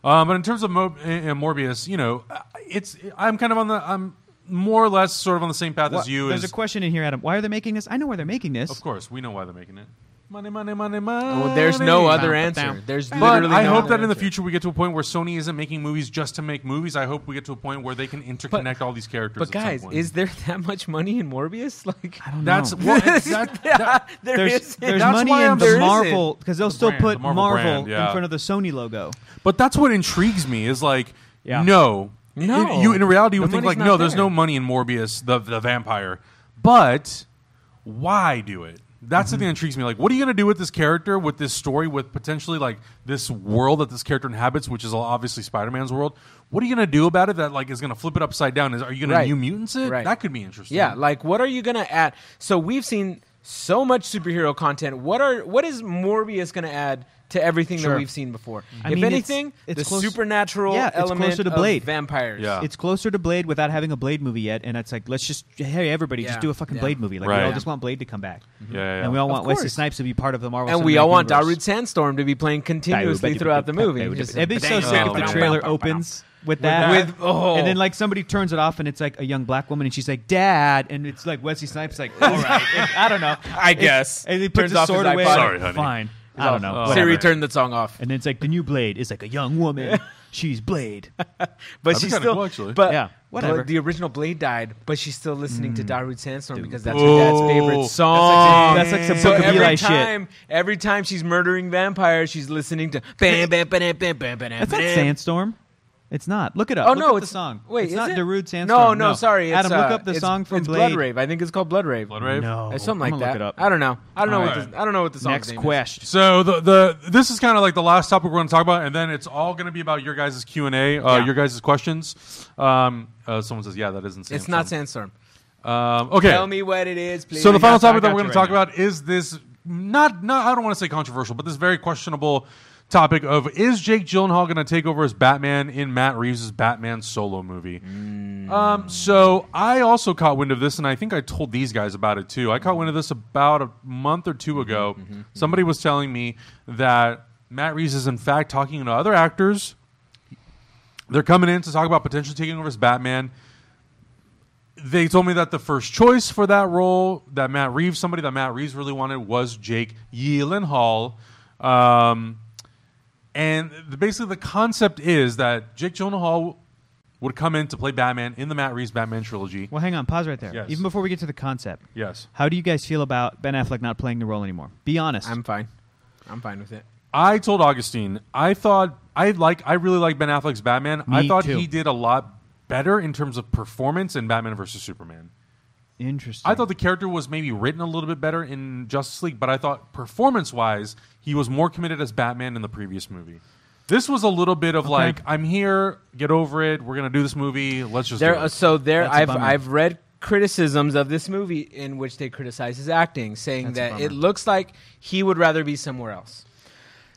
B: Um, but in terms of Mo- and and Morbius, you know, I- it's I'm kind of on the I'm more or less sort of on the same path
C: Wha-
B: as you.
C: there's
B: as-
C: a question in here adam why are they making this i know why they're making this
B: of course, we know why they're making it. Money, money, money, money.
A: [LAUGHS] Well, Oh, there's no other
C: Bam,
A: answer.
C: bam.
A: There's
B: But
A: literally
B: I
A: no
B: hope
A: other
B: that in the
A: answer.
B: future we get to a point where Sony isn't making movies just to make movies. I hope we get to a point where they can interconnect all these characters.
A: But
B: at some
A: guys,
B: point.
A: is there that much money in Morbius? [LAUGHS] Like,
C: I don't know.
B: that's
A: [LAUGHS]
B: well, it's- that,
A: yeah, there
C: there's,
A: isn't.
C: there's
B: That's
C: money
B: why
C: in
B: I'm-
C: the
B: there isn't.
C: Marvel because they'll still
B: brand,
C: put
B: the
C: Marvel,
B: Marvel brand, yeah.
C: in front of the Sony logo.
B: But that's what intrigues me is like,
C: Yeah.
B: no,
A: No.
B: In- you in reality you
A: The
B: would think like,
A: money's
B: no,
A: not
B: there's
A: there.
B: no money in Morbius, the the vampire. But why do it? That's
A: Mm-hmm.
B: the thing that intrigues me. Like, what are you going to do with this character, with this story, with potentially like this world that this character inhabits, which is obviously Spider-Man's world? What are you going to do about it that like is going to flip it upside down? Is are you going to
A: Right.
B: New Mutants it?
A: Right.
B: That could be interesting.
A: Yeah, like what are you gonna add? So we've seen so much superhero content. What are what is Morbius gonna add to everything
C: Sure.
A: that we've seen before?
C: I
A: if
C: mean, it's-
A: anything,
C: it's
A: the
C: close-
A: supernatural
C: Yeah, it's
A: element
C: closer to
A: of
C: Blade.
A: vampires.
B: Yeah.
C: It's closer to Blade without having a Blade movie yet, and it's like let's just hey everybody
A: Yeah.
C: just do a fucking
A: Yeah. Mm-hmm.
C: Blade movie. Like
B: Right.
C: we all just want Blade to come back,
B: Yeah, yeah,
C: and we all
A: Of
C: want Wesley
A: course.
C: Snipes to be part of the Marvel.
A: And we all want Darude
C: Darud
A: Sandstorm to be playing continuously throughout the movie. Just-
C: It'd be so sick if the trailer opens with that,
A: that. With- oh.
C: and then like somebody turns it off, and it's like a young black woman, and she's like "Dad," and it's like Wesley Snipes like "All right, [LAUGHS] I don't know,
A: I guess.
C: and he
A: Turns
C: puts his
A: off his
C: sword away.
A: iPod.
B: Sorry, honey.
C: Fine, I don't know.
B: Oh.
C: whatever.
A: Siri turned that song off.
C: And then it's like the new Blade is like a young woman.
A: [LAUGHS]
C: She's Blade.
A: But
B: That'd be
A: she's
B: kinda
A: still,
B: cool, actually.
A: but
C: Yeah, whatever.
A: But the original Blade died, but she's still listening to Darude Sandstorm because that's
B: Oh.
A: her dad's
B: That's
A: favorite
B: like-
A: song.
C: that's like some
A: so
C: Book of
A: every
C: Eli shit.
A: time, every time she's murdering vampires, she's listening to bam, bam, bam, bam, bam, bam,
C: That's
A: bam.
C: not Sandstorm. It's not. Look it up.
A: Oh
C: Look
A: no,
C: up the
A: it's
C: song.
A: Wait,
C: it's
A: is
C: not
A: it?
C: Darude
A: No,
C: Sandstorm.
A: no, sorry, it's,
C: Adam, look
A: uh,
C: up the
A: it's-
C: song from
A: it's
C: Blade.
A: Blood Rave. I think it's called Blood Rave.
B: Blood Rave?
C: No,
A: It's something like
C: I'm gonna
A: that.
C: Look it
A: I
C: up.
A: don't know. I don't know
B: Alright.
A: what this, I don't know what the song
C: Next
A: name
C: question.
B: So the the this is kind of like the last topic we're going to talk about, and then it's all going to be about your guys' Q and A, uh,
A: Yeah.
B: your guys' questions. Um, uh, someone says, "Yeah, that isn't."
A: is.
B: Sandstorm.
A: It's not Sandstorm.
B: Um, okay.
A: Tell me what it is, please.
B: so the final
C: got- I
B: topic that
C: got
B: we're going to
C: you right
B: talk
C: now.
B: about is this not not I don't want to say controversial, but this very questionable topic of is Jake Gyllenhaal going to take over as Batman in Matt Reeves' Batman solo movie?
C: Mm.
B: Um, so I also caught wind of this, and I think I told these guys about it too. I caught wind of this about a month or
C: Mm-hmm,
B: two ago. Somebody was telling me that Matt Reeves is in fact talking to other actors. They're coming in to talk about potentially taking over as Batman they told me that the first choice for that role, that Matt Reeves, somebody that Matt Reeves really wanted, was Jake Gyllenhaal. Um, and the, basically, the concept is that Jake Gyllenhaal would come in to play Batman in the Matt Reeves Batman trilogy.
C: Well, hang on, pause right there.
B: Yes.
C: Even before we get to the concept,
B: Yes,
C: how do you guys feel about Ben Affleck not playing the role anymore? Be honest.
A: I'm fine. I'm fine with it.
B: I told Augustine I thought I like I really like Ben Affleck's Batman. I
C: Me
B: thought
C: too.
B: he did a lot better in terms of performance in Batman versus Superman.
C: Interesting.
B: I thought the character was maybe written a little bit better in Justice League, but I thought performance wise, he was more committed as Batman in the previous movie. This was a little bit of like, I'm here, get over it, we're gonna do this movie, let's just
A: There,
B: do
A: uh,
B: it.
A: so there,
C: That's a
A: I've
C: bummer.
A: I've read criticisms of this movie in which they criticize his acting, saying
B: That's a
A: that it
B: bummer.
A: looks like he would rather be somewhere else.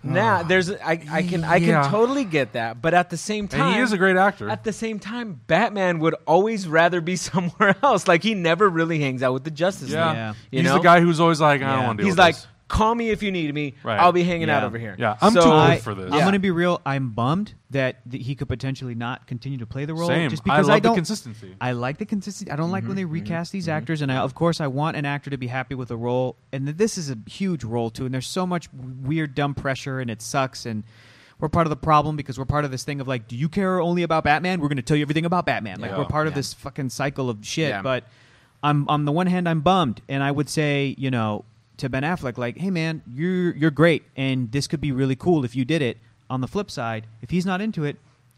A: Now there's I, I can
B: Ah,
A: I
B: Yeah.
A: can totally get that, but at the same time,
B: and he is a great actor.
A: At the same time, Batman would always rather be [LAUGHS] somewhere else. Like he never really hangs out with the Justice
B: yeah.
A: League.
C: Yeah.
A: You
B: he's
A: know?
B: the guy who's always like, I don't
C: Yeah.
B: want to do
A: He's
B: with
A: like,
B: this.
A: call me if you need me.
B: Right.
A: I'll be hanging out
C: Yeah.
A: over here.
B: Yeah, I'm
A: so,
B: too
C: I,
B: old for this.
C: am
A: Yeah.
C: going to be real. I'm bummed that th- he could potentially not continue to play the role.
B: Same.
C: Just
B: I
C: because
B: love
C: I,
B: the
C: don't.
B: consistency.
C: I like the consistency. I don't like when
A: Mm-hmm,
C: they recast these actors, and I, of course, I want an actor to be happy with a role. And th- this is a huge role too. And there's so much weird, dumb pressure, and it sucks. And we're part of the problem because we're part of this thing of like, do you care only about Batman? We're going to tell you everything about Batman. Like
B: Yeah.
C: we're part of
A: Yeah.
C: this fucking cycle of shit.
A: Yeah.
C: But I'm on the one hand, I'm bummed, and I would say, you know, to Ben Affleck, like, hey man, you're you're great, and this could be really cool if you did it. On the flip side, if he's not into it.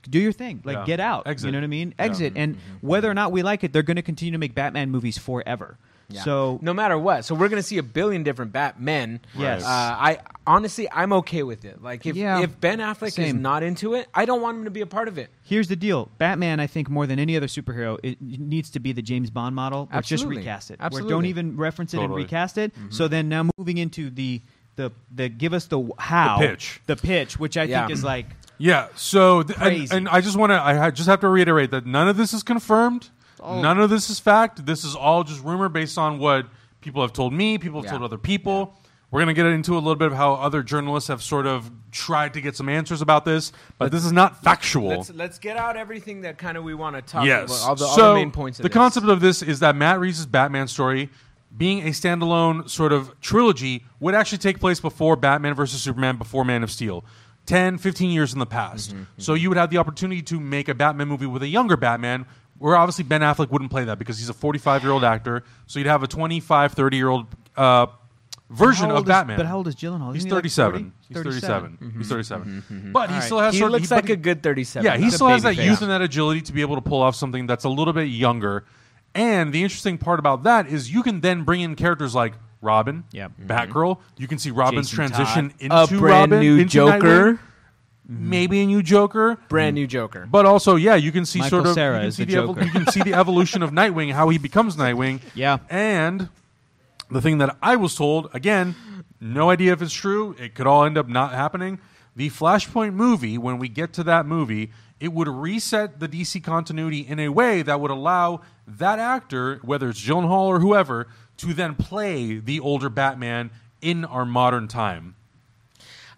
C: Do your thing, like
B: Yeah.
C: get out.
B: Exit.
C: You know what I mean?
B: Yeah.
C: Exit, and whether or not we like it, they're going to continue to make Batman movies forever.
A: Yeah.
C: So
A: no matter what, so we're gonna see a billion different Batmen.
C: Yes.
A: Uh, I honestly, I'm okay with it. Like if
C: Yeah.
A: if Ben Affleck is
C: Same.
A: not into it, I don't want him to be a part of it.
C: here's the deal: Batman, I think more than any other superhero, it needs to be the James Bond model. Let's just
A: Absolutely.
C: recast it. Or don't
A: Absolutely. Mm-hmm.
C: even reference it
B: Totally.
C: and recast it. So then now moving into the the the give us the how
B: The pitch.
C: the pitch, which I
A: Yeah.
C: think is like
B: Yeah. So, th- and,
C: Crazy.
B: and I just want to, I ha- just have to reiterate that none of this is confirmed.
A: Oh.
B: None of this is fact. This is all just rumor based on what people have told me, people have
A: Yeah.
B: told other people. We're going to get into a little bit of how other journalists have sort of tried to get some answers about this, but this is not factual.
A: Let's let's get out everything that kind of we want to talk
B: Yes.
A: about. All the, all
B: so
A: the main points. Of
B: the
A: this.
B: concept of this is that Matt Reeves' Batman story, being a standalone sort of trilogy, would actually take place before Batman versus Superman, before Man of Steel. 10, 15 years in the past.
A: Mm-hmm,
B: So you would have the opportunity to make a Batman movie with a younger Batman, where obviously Ben Affleck wouldn't play that because he's a 45 year old actor. So you'd have a 25, 30 year old uh, version
C: how
B: of
C: old is-
B: Batman.
C: but how old is Gyllenhaal?
B: He's
C: Isn't he, like,
B: 37.
C: Mm-hmm, 40?
B: he's 37. He's 37. But he
A: All right.
B: still has
A: he
B: sort of-
A: looks
B: but
A: like
B: he-
A: a good 37.
B: yeah, he
A: He's a
B: still has that
A: baby
B: youth
A: face.
B: and that agility to be able to pull off something that's a little bit younger. And the interesting part about that is you can then bring in characters like Robin,
C: Yeah.
B: Batgirl. You can see Robin's
C: Jason
B: transition
C: Todd.
B: into
A: Mm-hmm. A brand
B: Robin,
A: new
B: into
A: Joker.
B: Nightwing, maybe a new Joker.
A: Brand new Joker.
B: But also, yeah, you can see
C: Michael
B: sort of
C: Cera
B: you can
C: is
B: see
C: the
B: evo-
C: Joker.
B: you can see the
C: [LAUGHS]
B: evolution of Nightwing, how he becomes Nightwing.
C: Yeah.
B: and the thing that I was told again, no idea if it's true. It could all end up not happening. The Flashpoint movie, when we get to that movie, it would reset the DC continuity in a way that would allow that actor, whether it's Gyllenhaal or whoever, to then play the older Batman in our modern time.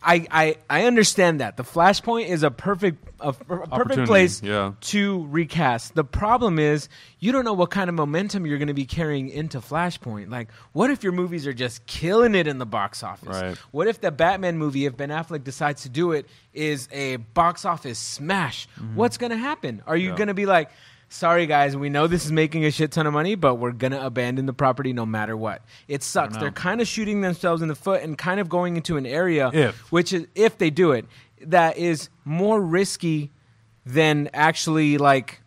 A: I, I, I understand that the flashpoint is a perfect a, f- a perfect
B: Opportunity,
A: place
B: yeah.
A: to recast. The problem is you don't know what kind of momentum you're going to be carrying into Flashpoint. Like, what if your movies are just killing it in the box office?
B: Right.
A: What if the Batman movie, if Ben Affleck decides to do it, is a box office smash? What's going to happen? Are you
B: Mm-hmm. Yeah.
A: going to be like? Sorry guys, we know this is making a shit ton of money, but we're gonna abandon the property no matter what. It sucks. They're kind of shooting themselves in the foot and kind of going into an area
B: If.
A: which is if they do it, that is more risky than actually like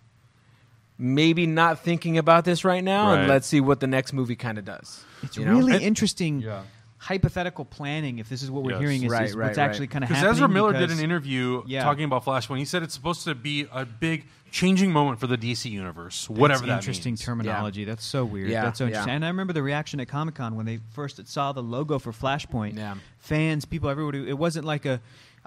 A: maybe not thinking about this right now
B: Right.
A: and let's see what the next movie kind of does.
C: it's
A: you know?
C: really
B: And-
C: interesting.
B: Yeah.
C: Hypothetical planning, if this is what we're
B: Yes.
C: hearing, is,
A: Right,
C: is
A: right,
C: what's
A: right.
C: actually kind of
B: Because
C: happening.
B: Ezra Miller
C: because-
B: did an interview
C: Yeah.
B: talking about Flashpoint. He said it's supposed to be a big changing moment for the DC universe, whatever
C: That's
B: that
C: interesting
B: means.
C: terminology. That's so weird.
A: Yeah,
C: That's so
A: yeah.
C: interesting. And I remember the reaction at Comic Con when they first saw the logo for Flashpoint.
A: Yeah.
C: Fans, people, everybody. It wasn't like a.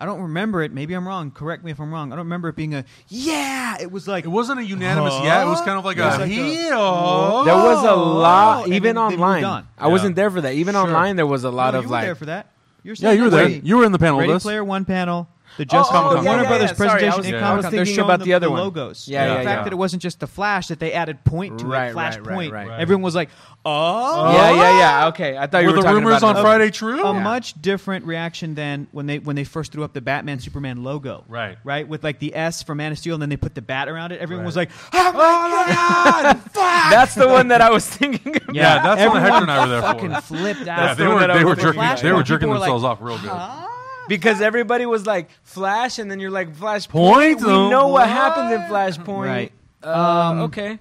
C: I don't remember it. Maybe I'm wrong. Correct me if I'm wrong. I don't remember it being a yeah. It was like
B: It wasn't a unanimous yeah. It was kind of like
C: It was
B: a
C: like a-
B: heel.
A: There was a lot,
C: Oh, and
A: even
C: then they moved
A: online.
C: on.
A: I wasn't there for that. Even online, there was a lot
C: No,
A: of
C: you were
A: like
C: there for that. You're
B: yeah, you were there.
C: saying-
B: You were in the panel
C: Ready
B: with us.
C: Player One panel, the Just
B: oh, Comic-Con.
C: the Warner
B: yeah,
C: Brothers
A: yeah, sorry, I
C: presentation
A: was-
C: at
B: I
C: Comic
A: was
C: Con.
A: thinking about the other one.
C: logos.
A: Yeah,
B: yeah,
C: the fact
B: yeah.
C: that it wasn't just the Flash that they added point to
A: Right,
C: it, Flash
A: right, right,
C: point.
A: right.
C: Everyone was like, oh,
A: Yeah, yeah, yeah. Okay, I thought you
B: Were
A: were,
B: the
A: talking
B: rumors
A: about
B: on
A: the-
B: Friday true?
C: a much different reaction than when they when they first threw up the Batman Superman logo.
B: Right.
C: Right? With like the S for Man of Steel and then they put the bat around it. Everyone
B: Right.
C: was like, "Oh my God, fuck!"
A: That's the one that I
C: [LAUGHS]
A: was thinking. About.
B: Yeah, that's the one
C: everyone
B: Hector and I were there for.
C: fucking [LAUGHS] flipped out.
B: yeah, they
A: the one
B: were
A: that I
B: they
A: was
B: were
C: The
A: looking at.
B: jerking
C: Flash
B: they
C: one,
B: were
C: people
B: jerking
C: were
B: themselves
C: like,
B: off real good.
C: "Huh?"
A: because everybody was like Flash, and then you're like Flashpoint.
B: Point?
A: We know what
B: What?
A: happens in Flashpoint.
C: Right.
A: Uh,
C: Um,
A: okay.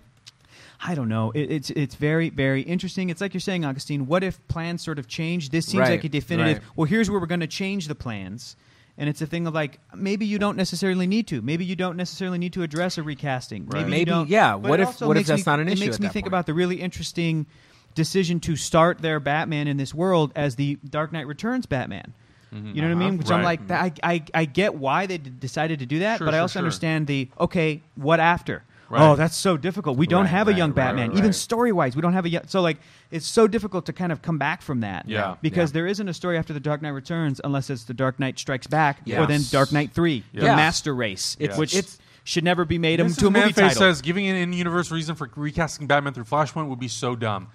C: I don't know. It, it's it's very very interesting. It's like you're saying, Augustine. What if plans sort of change? This seems
A: Right,
C: like a definitive.
A: right.
C: Well, here's where we're going to change the plans, and it's a thing of like maybe you don't necessarily need to. Maybe you don't necessarily need to address a recasting.
B: Right.
C: Maybe, you
A: Maybe,
C: don't.
A: yeah.
C: But
A: What
C: it
A: if-
C: also
A: what if
C: makes
A: that's
C: me-
A: not an
C: it
A: issue
C: makes
A: at
C: me
A: that
C: think
A: point?
C: about the really interesting decision to start their Batman in this world as the Dark Knight Returns Batman. You know what I mean?
A: Uh-huh.
C: Which
B: Right.
C: I'm like, I, I I get why they d- decided to do that,
B: Sure,
C: but I
B: sure,
C: also
B: sure.
C: understand the okay, what after?
B: Right.
C: Oh, that's so difficult. We don't
A: Right,
C: have a
A: right,
C: young
A: right,
C: Batman,
A: right,
C: even
A: right.
C: story wise. We don't have a young, so like it's so difficult to kind of come back from that.
B: Yeah.
C: because
A: Yeah.
C: there isn't a story after the Dark Knight Returns unless it's the Dark Knight Strikes Back or then
B: Yes.
C: Dark Knight Three, the
A: Yeah.
C: Master Race,
B: It's-
C: which
A: it's-
C: should never be made
B: Mrs.
C: into a movie
B: Manface
C: title.
B: says giving an in-universe reason for recasting Batman through Flashpoint would be so dumb.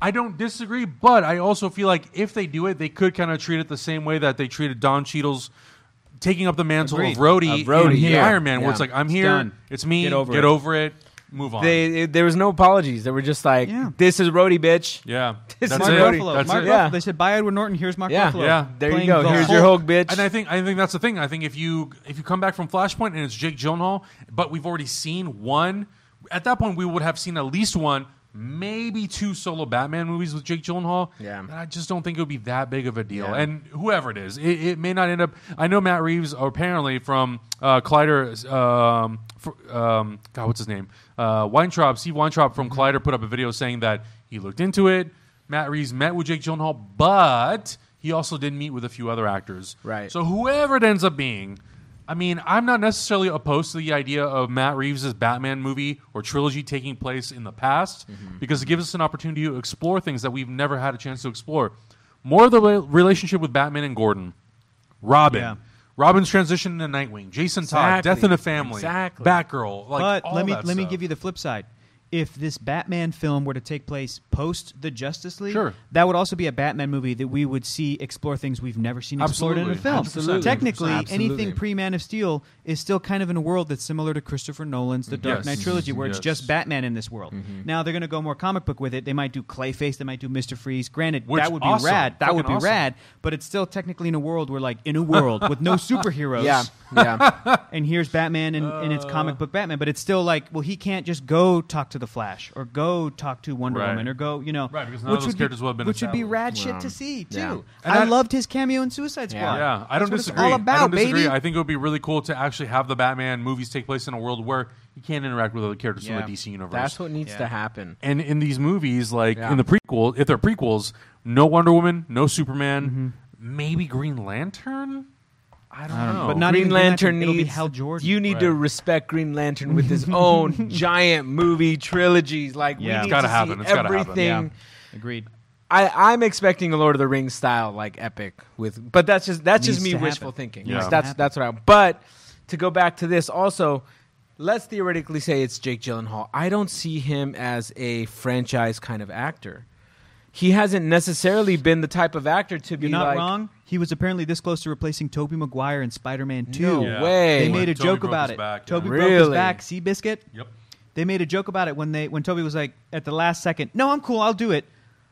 B: I don't disagree, but I also feel like if they do it, they could kind of treat it the same way that they treated Don Cheadle's taking up the mantle
C: Agreed.
B: of Rhodey,
A: Of Rhodey,
B: in
A: yeah.
B: Iron Man,
A: Yeah.
B: where it's like I'm
C: It's
B: here,
C: done.
B: it's me,
C: Get over it.
B: it, move on.
A: They it- there was no apologies. They were just like,
C: Yeah.
A: "This is Rhodey, bitch."
C: [LAUGHS]
B: yeah,
A: This
B: that's
A: is
B: it.
C: Mark
A: Rhodey.
C: Ruffalo.
B: That's
C: Mark
B: it.
C: Ruffalo.
A: Yeah.
C: They said Byard Norton. Here's Mark
A: Yeah.
C: Ruffalo.
B: Yeah.
A: There you
C: playing
A: go.
C: the
A: Here's your
C: Hulk.
A: Hulk, bitch.
B: And I think I think that's the thing. I think if you if you come back from Flashpoint and it's Jake Gyllenhaal, but we've already seen one. At that point, we would have seen at least one, maybe two solo Batman movies with Jake Gyllenhaal.
A: Yeah.
B: and I just don't think it would be that big of a deal.
A: Yeah.
B: And whoever it is, it, it may not end up. I know Matt Reeves apparently from uh, Collider. Um, fr- um, God, what's his name? Uh, Weintraub, Steve Weintraub from
A: Mm-hmm.
B: Collider put up a video saying that he looked into it. Matt Reeves met with Jake Gyllenhaal, but he also did meet with a few other actors.
A: Right.
B: So whoever it ends up being, I mean, I'm not necessarily opposed to the idea of Matt Reeves' Batman movie or trilogy taking place in the past
C: Mm-hmm.
B: because it gives us an opportunity to explore things that we've never had a chance to explore. More of the re- relationship with Batman and Gordon, Robin.
C: Yeah.
B: Robin's transition into Nightwing, Jason Todd,
A: Exactly.
B: Death in a Family,
A: Exactly.
B: Batgirl. Like,
C: but
B: all
C: let me
B: that
C: let me
B: stuff.
C: give you the flip side. If this Batman film were to take place post the Justice League,
B: Sure.
C: that would also be a Batman movie that we would see explore things we've never seen explored in a
B: Absolutely.
C: film.
B: Absolutely.
C: Technically,
A: Absolutely.
C: anything pre Man of Steel is still kind of in a world that's similar to Christopher Nolan's The Dark
B: Yes.
C: Knight trilogy, where it's
B: Yes. Mm-hmm.
C: just Batman in this world. Now they're going to go more comic book with it. They might do Clayface, they might do Mister Freeze. Granted,
B: Which
C: that would be
B: awesome.
C: rad. That
B: Fucking
C: would be
B: awesome.
C: rad. But it's still technically in a world where, like, in a
B: [LAUGHS]
C: world with no superheroes [LAUGHS]
A: yeah, yeah.
C: and here's Batman and, and it's
B: Uh.
C: comic book Batman, but it's still like, well, he can't just go talk to the Flash or go talk to Wonder
B: Right.
C: Woman or go, you know,
B: Right, because none of
C: which
B: those
C: would be-
B: characters would have been
C: which would be rad
B: established.
C: shit
A: Yeah.
C: to see too.
A: Yeah.
B: And
C: I,
B: I-
C: loved his cameo in Suicide Squad.
A: Yeah.
B: Yeah, I don't
C: That's what it's
B: disagree.
C: all about,
B: I don't disagree.
C: baby.
B: I think it would be really cool to actually have the Batman movies take place in a world where you can't interact with other characters
C: Yeah.
B: from the DC universe.
A: That's what needs
C: Yeah.
A: to happen.
B: and in these movies, like
A: Yeah.
B: in the prequel, if they're prequels, no Wonder Woman, no Superman,
C: Mm-hmm.
B: maybe Green Lantern. I don't, know.
C: but not
A: Green
C: even Green
A: Lantern
C: Lantern. It'll be
A: needs
C: Hal Jordan.
A: You need to
B: Oh. Right.
A: respect Green Lantern with
C: [LAUGHS]
A: his own giant movie trilogies. Like
C: Yeah.
A: we
C: It's
A: need
B: gotta
A: to
B: happen.
A: see
B: It's gotta happen.
A: everything.
C: Agreed.
A: I, I'm expecting a Lord of the Rings style like epic with, but that's just that's just
C: Needs
A: me
C: to
A: wishful
C: happen.
A: thinking.
B: Yeah.
A: Like,
B: Needs to
A: that's
C: happen.
A: that's what I. But to go back to this also, let's theoretically say it's Jake Gyllenhaal. I don't see him as a franchise kind of actor. He hasn't necessarily been the type of actor to be
C: You're not
A: like,
C: wrong. He was apparently this close to replacing Toby Maguire in Spider-Man 2.
A: No Yeah. way.
C: They
A: When
C: made a
B: Toby
C: joke
B: broke
C: about
B: his
C: it.
B: back, yeah.
C: Toby broke his
A: Really?
C: back. Seabiscuit.
B: Yep.
C: They made a joke about it when they when Toby was like at the last second, "No, I'm cool. I'll do it."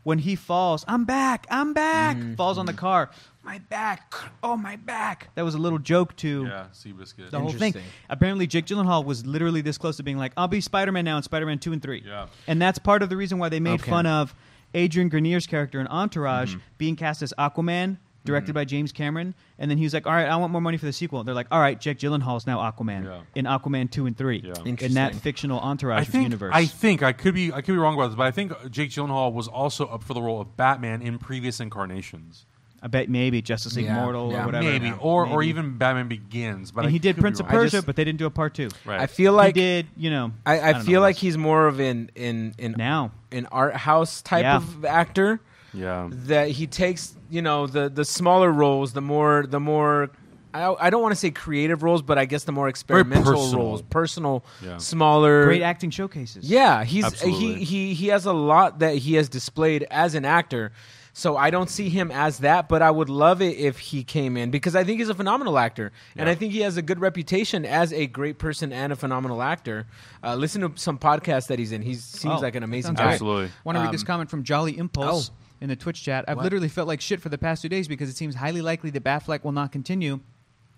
C: When he falls, "I'm back. I'm back."
A: Mm.
C: Falls on the car. "My back. Oh, my back." That was a little joke to
B: Yeah, Seabiscuit.
C: the whole thing.
A: Interesting.
C: Apparently, Jake Gyllenhaal was literally this close to being like, "I'll be Spider-Man now in Spider-Man two and 3.
B: Yeah.
C: and that's part of the reason why they made
A: Okay.
C: fun of Adrian Grenier's character in Entourage
B: Mm-hmm.
C: being cast as Aquaman, directed by James Cameron, and then he was like, "All right, I want more money for the sequel." And they're like, "All right, Jake Gyllenhaal's now Aquaman
B: Yeah.
C: in Aquaman two and three
B: Yeah.
C: in that
A: Interesting.
C: fictional Entourage
B: I think,
C: universe."
B: I think I could be I could be wrong about this, but I think Jake Gyllenhaal was also up for the role of Batman in previous incarnations.
C: I bet maybe Justice League
A: Yeah,
C: Mortal
A: yeah,
C: or whatever.
B: maybe,
A: yeah,
B: or or
C: maybe.
B: even Batman Begins. But
C: And
B: I
C: he did
B: could be
C: Prince of
B: wrong.
A: I
C: Persia,
A: just-
C: but they didn't do a part two.
B: Right.
A: I feel like
C: he did, you know.
A: I, I,
C: don't know
A: feel
C: what
A: like
C: else.
A: he's more of an in in
C: now.
A: an art house type
C: Yeah.
A: of actor
B: Yeah.
A: that he takes you know the the smaller roles the more the more I, I don't want to say creative roles but I guess the more experimental
B: personal.
A: roles personal
B: Yeah.
A: smaller
C: Great acting showcases.
A: yeah he's he,
B: Absolutely.
A: he he has a lot that he has displayed as an actor so I don't see him as that but I would love it if he came in because I think he's a phenomenal actor and
B: Yeah.
A: I think he has a good reputation as a great person and a phenomenal actor uh, listen to some podcasts that he's in he seems
C: Oh,
A: like an amazing
C: sounds
A: guy Um, oh.
C: great.
B: Absolutely.
D: Want to read this comment from Jolly Impulse in the Twitch chat? I've
A: What?
D: literally felt like shit for the past two days because it seems highly likely that Batfleck will not continue.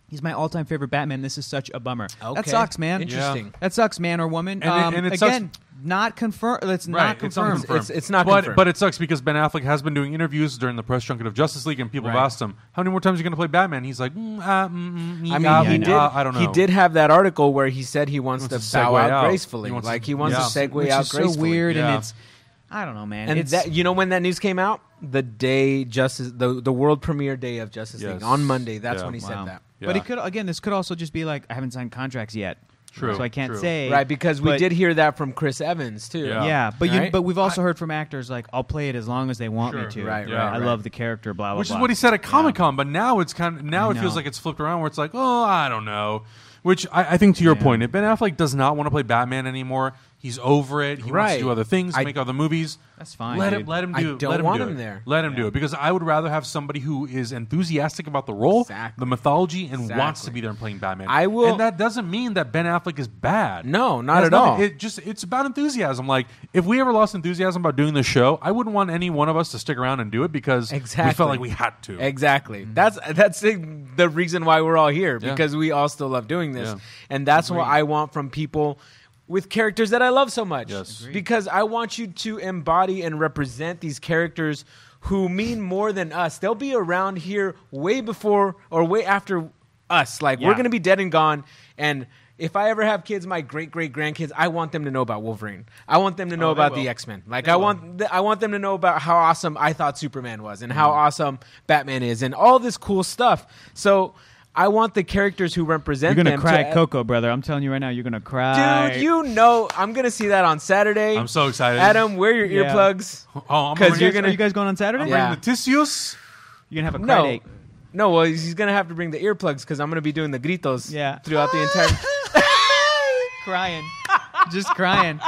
D: He's my all-time favorite Batman. This is such a bummer. That
A: Okay.
D: sucks, man.
A: Interesting.
D: That sucks, man or woman.
B: And it-
D: um,
B: and it sucks-
D: again, not confirmed. It's
B: Right,
D: not
B: it's
D: confirmed.
B: unconfirmed.
A: It's- it's not
B: but,
A: confirmed.
B: But it sucks because Ben Affleck has been doing interviews during the press junket of Justice League, and people have
A: Right.
B: asked him, "How many more times are you going to play Batman?" He's like, mm, uh, mm, mm,
A: I mean,
B: uh,
A: he
B: mm,
A: did.
B: uh, I don't know.
A: He did have that article where he said he wants,
B: wants to
A: to bow
B: segue
A: out,
B: out.
A: gracefully.
B: He wants
A: like
B: to-
A: he wants to
B: yeah.
A: segue
D: which
A: out
D: is so
A: gracefully.
D: weird,
B: Yeah.
D: and it's I don't know, man.
A: And
D: it's,
A: that you know when that news came out, the day Justice, the the world premiere day of Justice
B: Yes.
A: League on Monday. That's
B: Yeah.
A: when he
D: Wow.
A: said that.
B: Yeah.
C: But it could again. This could also just be like I haven't signed contracts yet,
B: True,
C: So I can't
B: true.
C: say
A: Right, because we
C: but-
A: did hear that from Chris Evans too.
B: Yeah.
C: Yeah, but you,
A: Right?
C: but we've also heard from actors like I'll play it as long as they want
B: Sure.
C: me to.
A: Right,
B: Yeah. right,
C: I
A: right.
C: love the character. Blah blah.
B: which is
C: blah.
B: what he said at Comic Con. But now it's kind of now
C: I
B: it feels
C: know.
B: like it's flipped around, where it's like, oh, I don't know. Which I, I think to your
C: Yeah.
B: point, if Ben Affleck does not want to play Batman anymore, he's over it. He wants
A: Right.
B: to do other things,
A: I-
B: make other movies.
C: That's fine,
B: Let him
C: dude.
B: let him
A: I
B: do.
A: don't
B: let him
A: want
B: do
A: him
B: it.
A: there.
B: Let him do it because I would rather have somebody who is enthusiastic about the role,
A: Exactly.
B: the mythology, and wants to
A: Exactly.
B: be there and playing Batman.
A: I will-
B: and that doesn't mean that Ben Affleck is bad.
A: No, not
B: That's
A: at all.
B: It just it's about enthusiasm. Like if we ever lost enthusiasm about doing this show, I wouldn't want any one of us to stick around and do it because we
A: Exactly.
B: felt like we had to.
A: Exactly. That's that's the, the reason why we're all here
B: Mm-hmm. Yeah.
A: because we all still love doing this,
B: Yeah.
A: and that's what I want from people with characters that I love so much.
B: Yes. Agreed.
A: Because I want you to embody and represent these characters who mean more than us. They'll be around here way before or way after us. Like we're
C: Yeah.
A: going to be dead and gone and. If I ever have kids, my great great grandkids, I want them to know about Wolverine. I want them to know
C: Oh, they
A: about the
C: will.
A: X Men. Like I want, th- I want them to know about how awesome I thought Superman was, and
C: Mm-hmm.
A: how awesome Batman is, and all this cool stuff. So I want the characters who
C: You're
A: represent
C: gonna
A: them.
C: cry,
A: to,
C: at Coco, brother. I'm telling you right now, you're gonna cry,
A: dude. You know, I'm gonna see that on Saturday.
B: I'm so excited.
A: Adam, wear your
C: Yeah.
A: earplugs.
B: Oh, I'm
A: 'Cause
B: already-
C: You're
A: you're
C: gonna,
A: gonna-
C: are you guys going on Saturday?
A: Yeah.
B: the tissues.
C: You're gonna have a cry
A: No,
C: date.
A: no. Well, he's gonna have to bring the earplugs because I'm gonna be doing the gritos.
C: Yeah.
A: throughout the entire.
C: [LAUGHS]
A: [LAUGHS]
D: crying, just
A: [LAUGHS]
D: crying.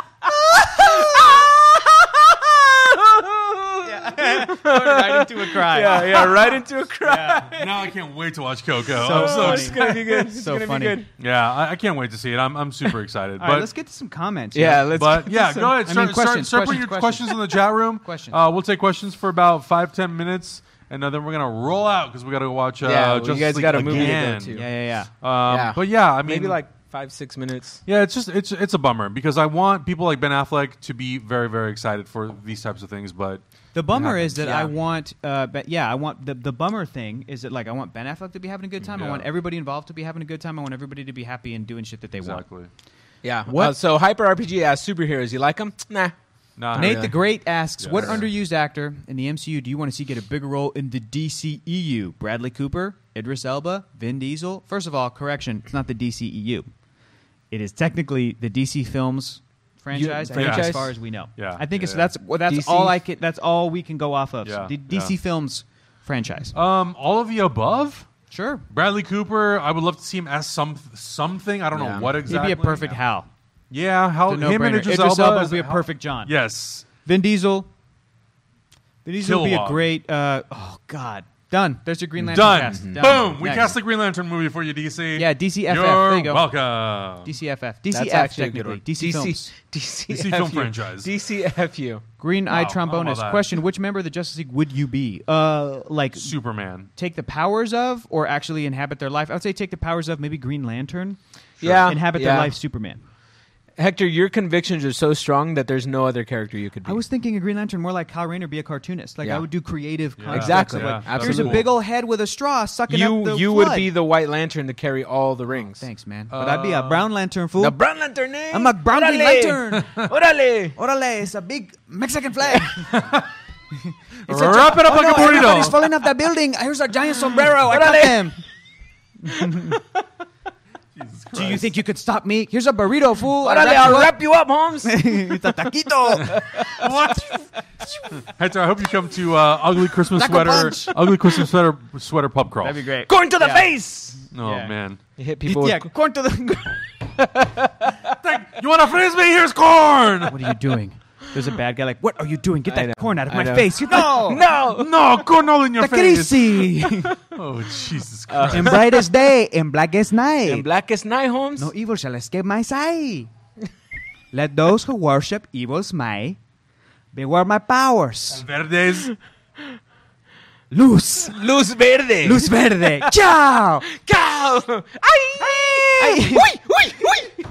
C: right into a
A: [LAUGHS]
C: cry.
A: yeah, yeah, right into a cry.
B: Now I can't wait to watch Coco.
C: So
B: I'm
C: funny.
A: It's gonna be good. It's
C: So
A: gonna
C: funny.
A: be good.
B: yeah, I, I can't wait to see it. I'm, I'm super excited.
C: [LAUGHS] All
B: but
C: right, let's get to some comments.
A: Yeah,
C: yo.
A: let's.
B: but yeah, go ahead.
D: I mean,
B: Start, start,
D: questions,
B: start putting your
D: questions,
B: questions in the chat room.
D: Questions.
B: Uh, we'll take questions for about five ten minutes, and uh, then we're gonna roll out because we gotta go watch. Uh,
A: Yeah, well, you
B: Justice
A: guys
B: League
A: got a movie to go
B: again.
A: to.
C: yeah, yeah, yeah.
B: Um,
A: Yeah.
B: But yeah, I mean,
A: maybe like five, six minutes.
B: Yeah, it's just it's it's a bummer because I want people like Ben Affleck to be very very excited for these types of things, but
C: The bummer is that
A: Yeah.
C: I want, uh, but yeah, I want the, the bummer thing is that like I want Ben Affleck to be having a good time. I
B: Yeah.
C: want everybody involved to be having a good time. I want everybody to be happy and doing shit that they want.
B: exactly.
A: Yeah.
C: What-
A: Uh, so hyper RPG ass superheroes. You like them? Nah.
B: Nah,
C: Nate
B: Oh, yeah.
C: the Great asks,
B: Yes.
C: what underused actor in the MCU do you want to see get a bigger role in the DCEU? Bradley Cooper, Idris Elba, Vin Diesel? First of all, correction, it's not the DCEU. It is technically the DC Films franchise, I think,
B: franchise?
C: as far as we know.
B: Yeah,
C: I think
B: yeah,
C: it's
B: yeah.
C: that's well, that's
A: DC?
C: all I can, that's all we can go off of.
B: Yeah,
C: the
B: yeah.
C: DC Films franchise.
B: um, all of the above.
C: sure.
B: Bradley Cooper, I would love to see him as some something. I don't
A: Yeah.
B: know what
C: He'd
B: exactly.
C: be a perfect Hal.
B: Yeah, how
C: It's a
B: Oh, him and
C: no-brainer.
B: Idris,
C: Idris
B: Elba
C: Elba
B: is
C: would be a
B: how-
C: perfect John.
B: Yes,
C: Vin Diesel. Vin Diesel would be a
B: Kilowog.
C: great. Uh, oh God, done. There's your Green Lantern
B: done.
C: cast. Done.
B: Boom, we
C: Next.
B: cast the Green Lantern movie for you, DC.
C: Yeah, DCFF.
B: You're
C: There you go.
B: welcome.
C: DCFF.
A: That's
C: DCF
A: actually a good
C: technically.
A: one.
C: DC, [LAUGHS] Films.
A: DC,
B: DC film franchise.
A: DCFU.
C: Green Eye
B: Wow, Oh, I don't know about
C: Trombonist.
B: that.
C: Question: Which member of the Justice League would you be? Uh, like
B: Superman.
C: take the powers of, or actually inhabit their life? I would say take the powers of. Maybe Green Lantern.
A: Yeah,
C: Inhabit
A: yeah.
C: their life. Superman.
A: Hector, your convictions are so strong that there's no other character you could be.
C: I was thinking a Green Lantern more like Kyle Rayner, be a cartoonist. Like
A: Yeah.
C: I would do creative.
B: Yeah.
C: concepts
A: Exactly.
C: of, Like,
B: Yeah,
C: Here's a
B: absolutely.
C: big old head with a straw sucking
A: you
C: up the
A: you would
C: flood.
A: be the White Lantern to carry all the rings.
C: Thanks, man. But I'd be a brown lantern fool.
A: The Brown Lantern name.
C: I'm a brown
A: Órale.
C: lantern.
A: Órale.
C: Orale, it's a Oh, big Mexican flag.
B: Wrap it up like a
D: He's
B: burrito.
D: falling off that building. Here's our giant sombrero. I got him.
B: Jesus
D: Do you
B: Christ.
D: think you could stop me? Here's a burrito, fool. I
A: Órale,
D: wrapped you
A: I'll
D: up.
A: wrap you up, [LAUGHS] Holmes.
D: it's a taquito.
B: What? Hector, I hope you come to uh, ugly Christmas
D: Taco
B: sweater,
D: Punch.
B: ugly Christmas sweater sweater pub crawl.
C: That'd be great.
D: Going to the face.
B: oh
C: yeah.
B: man,
A: You hit people. [LAUGHS]
C: Yeah,
A: With,
C: corn to the.
B: you want a frisbee? Here's corn.
D: What are you doing?
C: There's a bad guy. Like, what are you doing? Get
A: I know,
C: that corn out of
A: I
C: my
A: know.
C: face! You
A: [LAUGHS]
C: no,
A: no.
B: No, corn all in your face.
D: Tacrisi.
B: Oh Jesus
A: Uh,
B: Christ!
D: in brightest day, in blackest night.
A: And blackest night, Holmes.
D: No evil shall escape my sight. Let those who worship evil's might beware my powers.
B: Verdes.
D: Luz,
A: Luz verde. [LAUGHS]
D: luz
C: [LAUGHS]
D: verde. Ciao.
A: cow. Ay. Uy, uy, uy.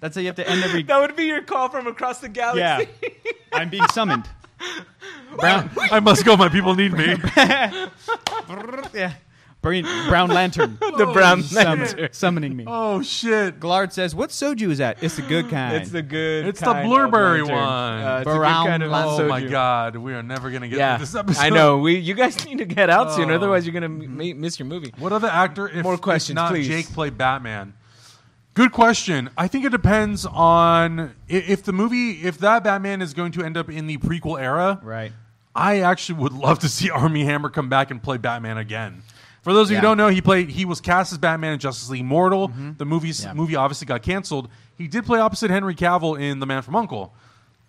C: That's how you have to end
A: [LAUGHS]
C: every.
A: That would be your call from across the
C: Yeah,
A: galaxy.
C: I'm being summoned.
B: Brown. I must go. My people need
A: [LAUGHS]
B: me.
C: yeah, Bring- brown lantern.
A: [LAUGHS] the brown
C: Summon, summoning me.
B: Oh shit!
C: Glard says, "What soju is that? It's the good kind."
A: [LAUGHS] It's the good.
B: It's the
A: kind of
B: blueberry
A: lantern.
B: one.
A: Uh, it's a good
C: Brown
A: kind of
B: Oh
A: soju.
B: my god, we are never gonna get
A: Yeah,
B: through this episode.
A: I know. We you guys need to get out soon,
B: Oh.
A: otherwise you're gonna m- m- miss your movie.
B: What other actor, if,
A: More
B: if
A: questions,
B: not
A: please.
B: Jake, played Batman? Good question. I think it depends on i- if the movie, if that Batman is going to end up in the prequel era.
C: right.
B: I actually would love to see [LAUGHS] Army Hammer come back and play Batman again. For those of you
C: Yeah. Mm-hmm.
B: who don't know, he played he was cast as Batman in Justice League Mortal. The movie's
C: Yeah.
B: movie obviously got canceled. He did play opposite Henry Cavill in The Man from Uncle.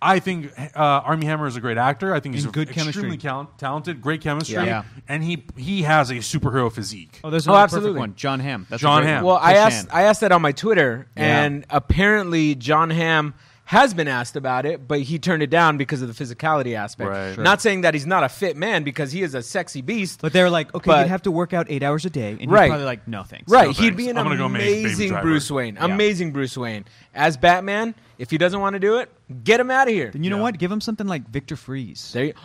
B: I think uh, Army Hammer is a great actor. I think he's
C: And good
B: extremely
C: chemistry.
B: cal- talented, great chemistry,
C: Yeah. Yeah.
B: and he he has a superhero physique.
C: Oh, there's
A: Oh,
C: another
A: absolutely.
C: perfect one. John Hamm. That's a
B: John
C: great
B: Hamm.
C: one.
A: Well, I
C: Push
A: asked
C: in.
A: I asked that on my Twitter,
C: Yeah.
A: and apparently John Hamm has been asked about it, but he turned it down because of the physicality aspect.
B: Right. Sure.
A: Not saying that he's not a fit man because he is a sexy beast.
C: But they're like, okay,
A: But-
C: you'd have to work out eight hours a day, and you're
A: Right.
C: probably like, no thanks.
A: Right,
B: thanks.
A: he'd be an
B: I'm gonna go make Baby
A: amazing
B: Driver.
A: Bruce Wayne.
C: Yeah.
A: Amazing Bruce Wayne. As Batman, if he doesn't want to do it, get him out of here.
C: Then you
B: Yeah.
C: know what? Give him something like Victor Freeze.
A: There you, [GASPS]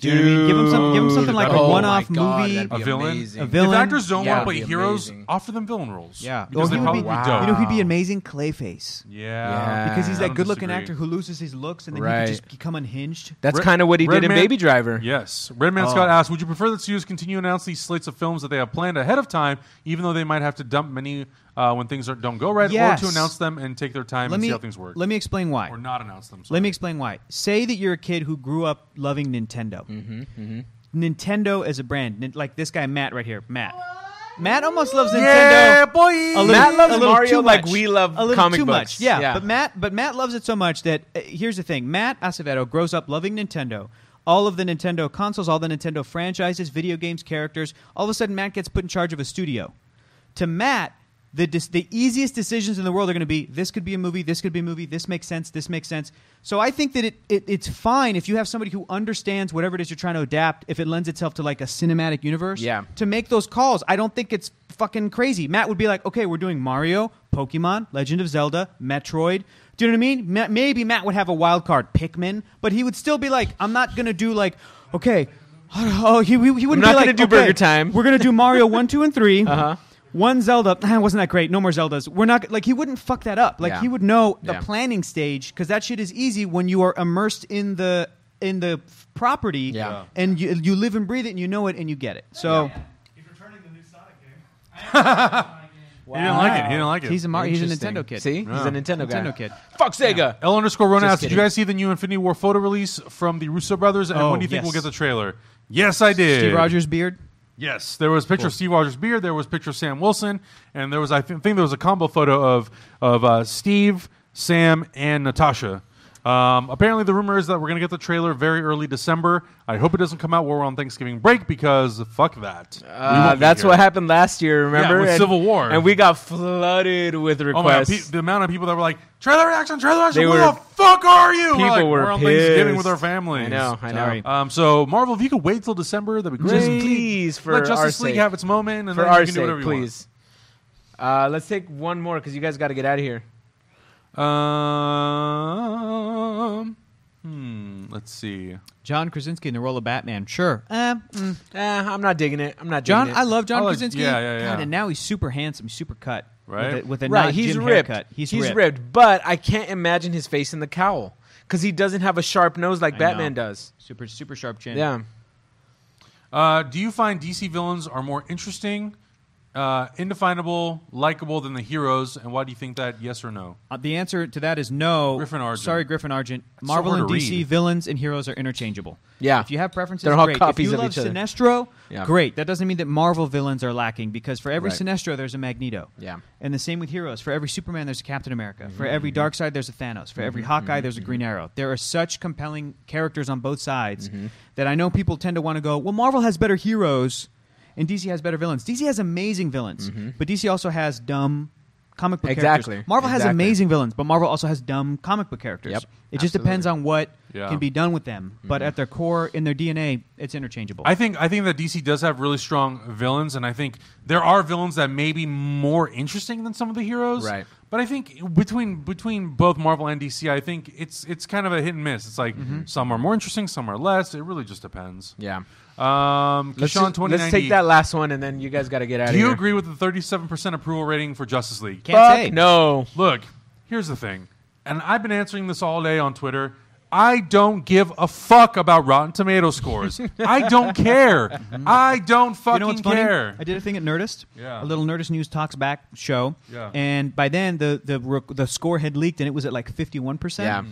C: You know what I mean? Give him some- give him something like
B: a
A: Oh my
C: one-off
A: God,
C: movie,
A: that'd be
B: a villain.
A: amazing.
C: A villain.
B: If actors don't
A: Yeah,
B: want to play
A: it'd be
B: heroes,
A: amazing.
B: offer them villain roles.
C: Yeah.
B: because
C: Or
B: they
C: he would
B: probably
C: be-
B: dope.
C: You know, he'd be amazing Clayface
B: yeah,
C: because he's
B: I
C: that
B: don't
C: good-looking
B: disagree.
C: actor who loses his looks and then
A: Right.
C: he can just become unhinged.
A: That's
B: Red-
A: kind of what he did in
B: Redman-
A: Baby Driver.
B: Yes. Redman
C: Oh.
B: Scott asks, would you prefer that studios continue announcing slates of films that they have planned ahead of time, even though they might have to dump many uh, when things are, don't go right, or
C: Yes.
B: to announce them and take their time
C: Let
B: and
C: me
B: see how things work?
C: let me explain why.
B: or not announce them. sorry.
C: Let me explain why. Say that you're a kid who grew up loving Nintendo. Mm-hmm, Nintendo as a brand, Nin- like this guy Matt right here, Matt. Matt almost loves Nintendo.
B: Yeah, boy!
C: A little,
A: Matt loves
C: a little
A: Mario
C: too
A: like
C: much.
A: we love
C: a little
A: comic
C: too
A: books.
C: Much. Yeah,
A: Yeah.
C: but Matt, but Matt loves it so much that uh, here's the thing: Matt Acevedo grows up loving Nintendo, all of the Nintendo consoles, all the Nintendo franchises, video games, characters. All of a sudden, Matt gets put in charge of a studio. To Matt, the dis- the easiest decisions in the world are going to be: this could be a movie, this could be a movie, this makes sense, this makes sense. So I think that it, it it's fine if you have somebody who understands whatever it is you're trying to adapt, if it lends itself to like a cinematic universe
A: Yeah.
C: to make those calls. I don't think it's fucking crazy. Matt would be like, okay, we're doing Mario, Pokemon, Legend of Zelda, Metroid. Do you know what I mean? Ma- maybe Matt would have a wild card Pikmin, but he would still be like, I'm not gonna do like, okay, [SIGHS] oh, he, he wouldn't be
A: not
C: like,
A: gonna do
C: okay,
A: Burger Time." Uh-huh.
C: We're
A: [LAUGHS]
C: gonna do Mario one, two, and three. Uh huh. One Zelda [SIGHS] ah, wasn't that great. No more Zeldas. We're not like he wouldn't fuck that up. Like
A: Yeah.
C: he would know the
A: Yeah.
C: planning stage because that shit is easy when you are immersed in the in the f- property
A: Yeah.
C: and you, you live and breathe it and you know it and you get it. So
E: He's returning the new Sonic game. I am
B: He didn't like it. He didn't like it.
C: he's a Mar- he's a Nintendo kid.
A: See, he's
B: Yeah.
A: a Nintendo guy.
C: Nintendo kid.
A: Fuck Sega.
B: L underscore Ron
A: Just
B: asks, did you
A: kidding.
B: guys see the new Infinity War photo release from the Russo brothers? And
C: Oh,
B: when do you think
C: yes.
B: we'll get the trailer? Yes, I did.
C: Steve Rogers beard.
B: Yes, there was a picture of Steve Rogers' beard. There was a picture of Sam Wilson, and there was I thi- think there was a combo photo of of uh, Steve, Sam, and Natasha. Um, apparently, the rumor is that we're going to get the trailer very early December. I hope it doesn't come out while we're on Thanksgiving break because fuck that. We
A: Uh,
B: won't be
A: that's
B: here.
A: what happened last year. Remember
B: with
A: And-
B: Civil War.
A: and we got flooded with
B: Oh my god, pe-
A: requests.
B: the amount of people that were like trailer reaction, trailer reaction.
A: They
B: Where
A: were-
B: the fuck are you?
A: people
B: we're like,
A: were
B: we're on Thanksgiving with
A: pissed.
B: our families.
A: I know, I know.
C: Sorry.
B: Um, so Marvel, if you could wait till December, that'd be great.
A: Just please, for
B: let
A: our
B: Justice League
A: sake.
B: have its moment, and
A: For
B: then
A: our
B: you can do whatever
A: sake,
B: you want.
A: please. Uh, let's take one more because you guys got to get out of here.
B: Um, hmm, let's see.
C: John Krasinski in the role of Batman. Sure. Uh, mm.
A: Eh, I'm not digging it. I'm not
C: John,
A: digging it.
C: I love John
B: I like-
C: Krasinski.
B: yeah, yeah, yeah.
C: God, and now he's super handsome, super cut.
B: right?
C: with a, with a
A: right,
C: not
A: he's
C: Jim
A: ripped.
C: haircut. He's,
A: ripped. but I can't imagine his face in the cowl because he doesn't have a sharp nose like
D: I
A: Batman
D: know.
A: does.
D: Super super sharp chin.
A: Yeah,
B: Uh, do you find DC villains are more interesting, uh, indefinable, likable than the heroes, and why do you think that? Yes or no?
C: Uh, the answer to that is no.
B: Griffin Argent.
C: Sorry, Griffin Argent.
B: so
C: Marvel
B: hard
C: and
B: to
C: DC
B: read.
C: villains and heroes are interchangeable.
A: Yeah.
C: If you have preferences,
A: They're all
C: great.
A: copies
C: if you
A: of
C: love
A: each other.
C: Sinestro,
A: Yeah.
C: great. That doesn't mean that Marvel villains are lacking because for every
A: Right.
C: Sinestro, there's a Magneto.
A: Yeah. Mm-hmm.
C: And the same with heroes. For every Superman, there's a Captain America. For every Darkseid, there's a Thanos. For every Hawkeye, there's a Green Arrow. There are such compelling characters on both sides
A: Mm-hmm.
C: that I know people tend to want to go, well, Marvel has better heroes and DC has better villains. DC has amazing villains, but DC also has dumb comic book
A: Mm-hmm. Exactly.
C: characters. Marvel has
A: Exactly.
C: amazing villains, but Marvel also has dumb comic book characters.
A: Yep. Mm-hmm.
C: It just depends on what
B: Yeah.
C: can be done with them, but at their core, in their DNA, it's interchangeable.
B: I think I think that DC does have really strong villains, and I think there are villains that may be more interesting than some of the heroes.
A: Right.
B: But I think between between both Marvel and DC, I think it's it's kind of a hit and miss. It's like some are more interesting, some are less. It really just depends.
A: Mm-hmm. yeah.
B: Um,
A: Let's,
B: Kishan
A: just-
B: twenty
A: let's take that last one, and then you guys got to get out of
B: Do
A: here.
B: you agree with the thirty-seven percent approval rating for Justice League?
C: Can't
A: Fuck
C: say.
A: no.
B: Look, here's the thing, and I've been answering this all day on Twitter. I don't give a fuck about Rotten Tomato
C: [LAUGHS]
B: scores. I don't care. I don't fucking
C: Mm-hmm. you know what's funny?
B: care.
C: I did a thing at Nerdist,
B: Yeah.
C: a little Nerdist News Talks Back show,
B: Yeah.
C: and by then the the rec- the score had leaked and it was at like fifty one
A: Yeah.
C: percent.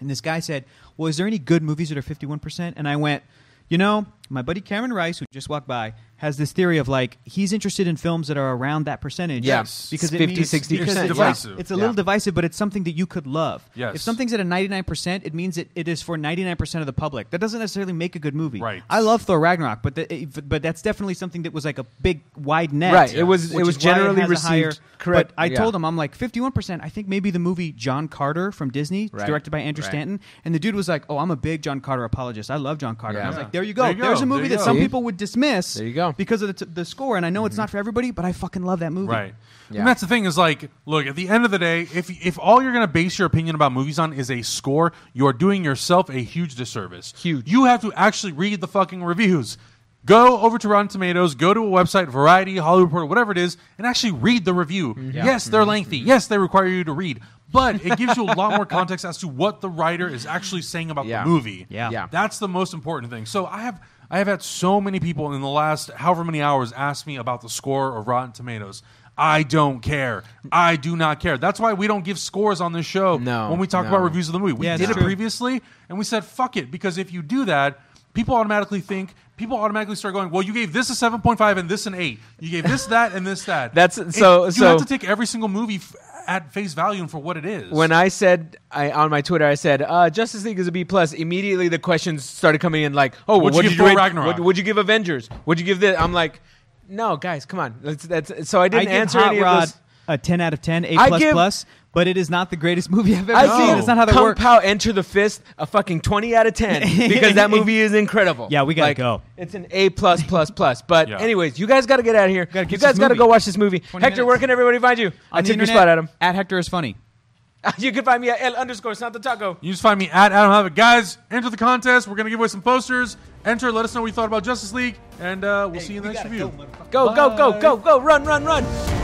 C: And this guy said, "Well, is there any good movies that are fifty one percent?" And I went, "You know, my buddy Cameron Rice, who just walked by, has this theory of like he's interested in films that are around that percentage.
A: Yeah.
C: Yes, because it
A: 50,
C: means-
A: 60%,
C: because it's
B: yeah.
C: like- It's a
A: Yeah.
C: little divisive, but it's something that you could love.
B: Yes.
C: If something's at a ninety nine percent, it means it, it is for ninety nine percent of the public. That doesn't necessarily make a good movie.
B: Right.
C: I love Thor Ragnarok, but the, if- but that's definitely something that was like a big wide net.
A: Right, it was- it
C: which
A: was
C: is why
A: generally
C: has a
A: received- correct,
C: But I
A: yeah.
C: told him I'm like 51. percent I think maybe the movie John Carter from Disney,
A: Right,
C: directed by Andrew
A: right.
C: Stanton, and the dude was like, "Oh, I'm a big John Carter apologist. I love John Carter." And I was
A: Yeah.
C: like, "There you go.
B: There you
C: There's
B: go,
C: a movie
B: there you
C: that
B: go.
C: some
A: See?
C: people would dismiss.
A: There you go. Mm-hmm.
C: because of the, t- the score. And I know it's not for everybody, but I fucking love that movie.
B: Right.
A: Yeah.
B: And that's the thing is like, look, at the end of the day, if if all you're going to base your opinion about movies on is a score, you are doing yourself a huge disservice.
A: Huge.
B: You have to actually read the fucking reviews. Go over to Rotten Tomatoes, go to a website, Variety, Hollywood Reporter, whatever it is, and actually read the review.
A: Mm-hmm.
B: Yes, they're lengthy. Yes, they require you to read, but it gives you a lot more [LAUGHS] context as to what the writer is actually saying about
A: Yeah.
B: the movie.
C: Yeah.
A: Yeah.
B: That's the most important thing. So I have I have had so many people in the last however many hours ask me about the score of Rotten Tomatoes. I don't care. I do not care. That's why we don't give scores on this show
A: No,
B: when we talk
A: no.
B: about reviews of the movie. We
C: Yeah,
B: did
C: it's
B: it
C: true.
B: previously and we said fuck it because if you do that, people automatically think people automatically start going, "Well, you gave this a 7.5 and this an 8. You gave
A: [LAUGHS]
B: this that and this that."
A: That's-
B: It-
A: so-
B: you
A: so-
B: have to take every single movie f- at face value and for what it is.
A: When I said I on my Twitter, I said uh, Justice League is a B plus. Immediately, the questions started coming in like, "Oh,
B: What'd you
A: what'd
B: give
A: you, do?
B: Thor
A: it-
B: Ragnarok?
A: What, would you give Avengers? Would you give this?" I'm like, "No, guys, come on." Let's, that's, so I
C: I
A: didn't
C: give
A: answer
C: Hot
A: any
C: Rod
A: of those.
C: a 10 out of 10, A
A: I
C: plus
A: give-
C: plus, but it is not the greatest [LAUGHS] movie I've ever
A: I
C: seen.
A: give
C: That's not how that
A: Kung
C: works.
A: Pao Enter the Fist a fucking twenty out of
C: [LAUGHS]
A: ten because that movie is incredible.
C: Yeah, we gotta
A: Like,
C: go.
A: It's an A plus plus plus. But
B: Yeah.
A: anyways, you guys got to get out of here.
C: Gotta get
A: you guys
C: this
A: got to
C: movie.
A: go watch this movie. Hector,
C: 20
A: where
C: minutes.
A: can everybody find you? I
C: On the
A: took your
C: internet,
A: spot, Adam. [LAUGHS]
C: At Hector is funny.
A: you can find me at L underscore Santo Taco.
B: You just find me at Adam Havoc. Guys, enter the contest. We're going to give away some posters. Enter, let us know what you thought about Justice League, and uh, we'll see you in the next review.
A: Go go go go go! Run run run!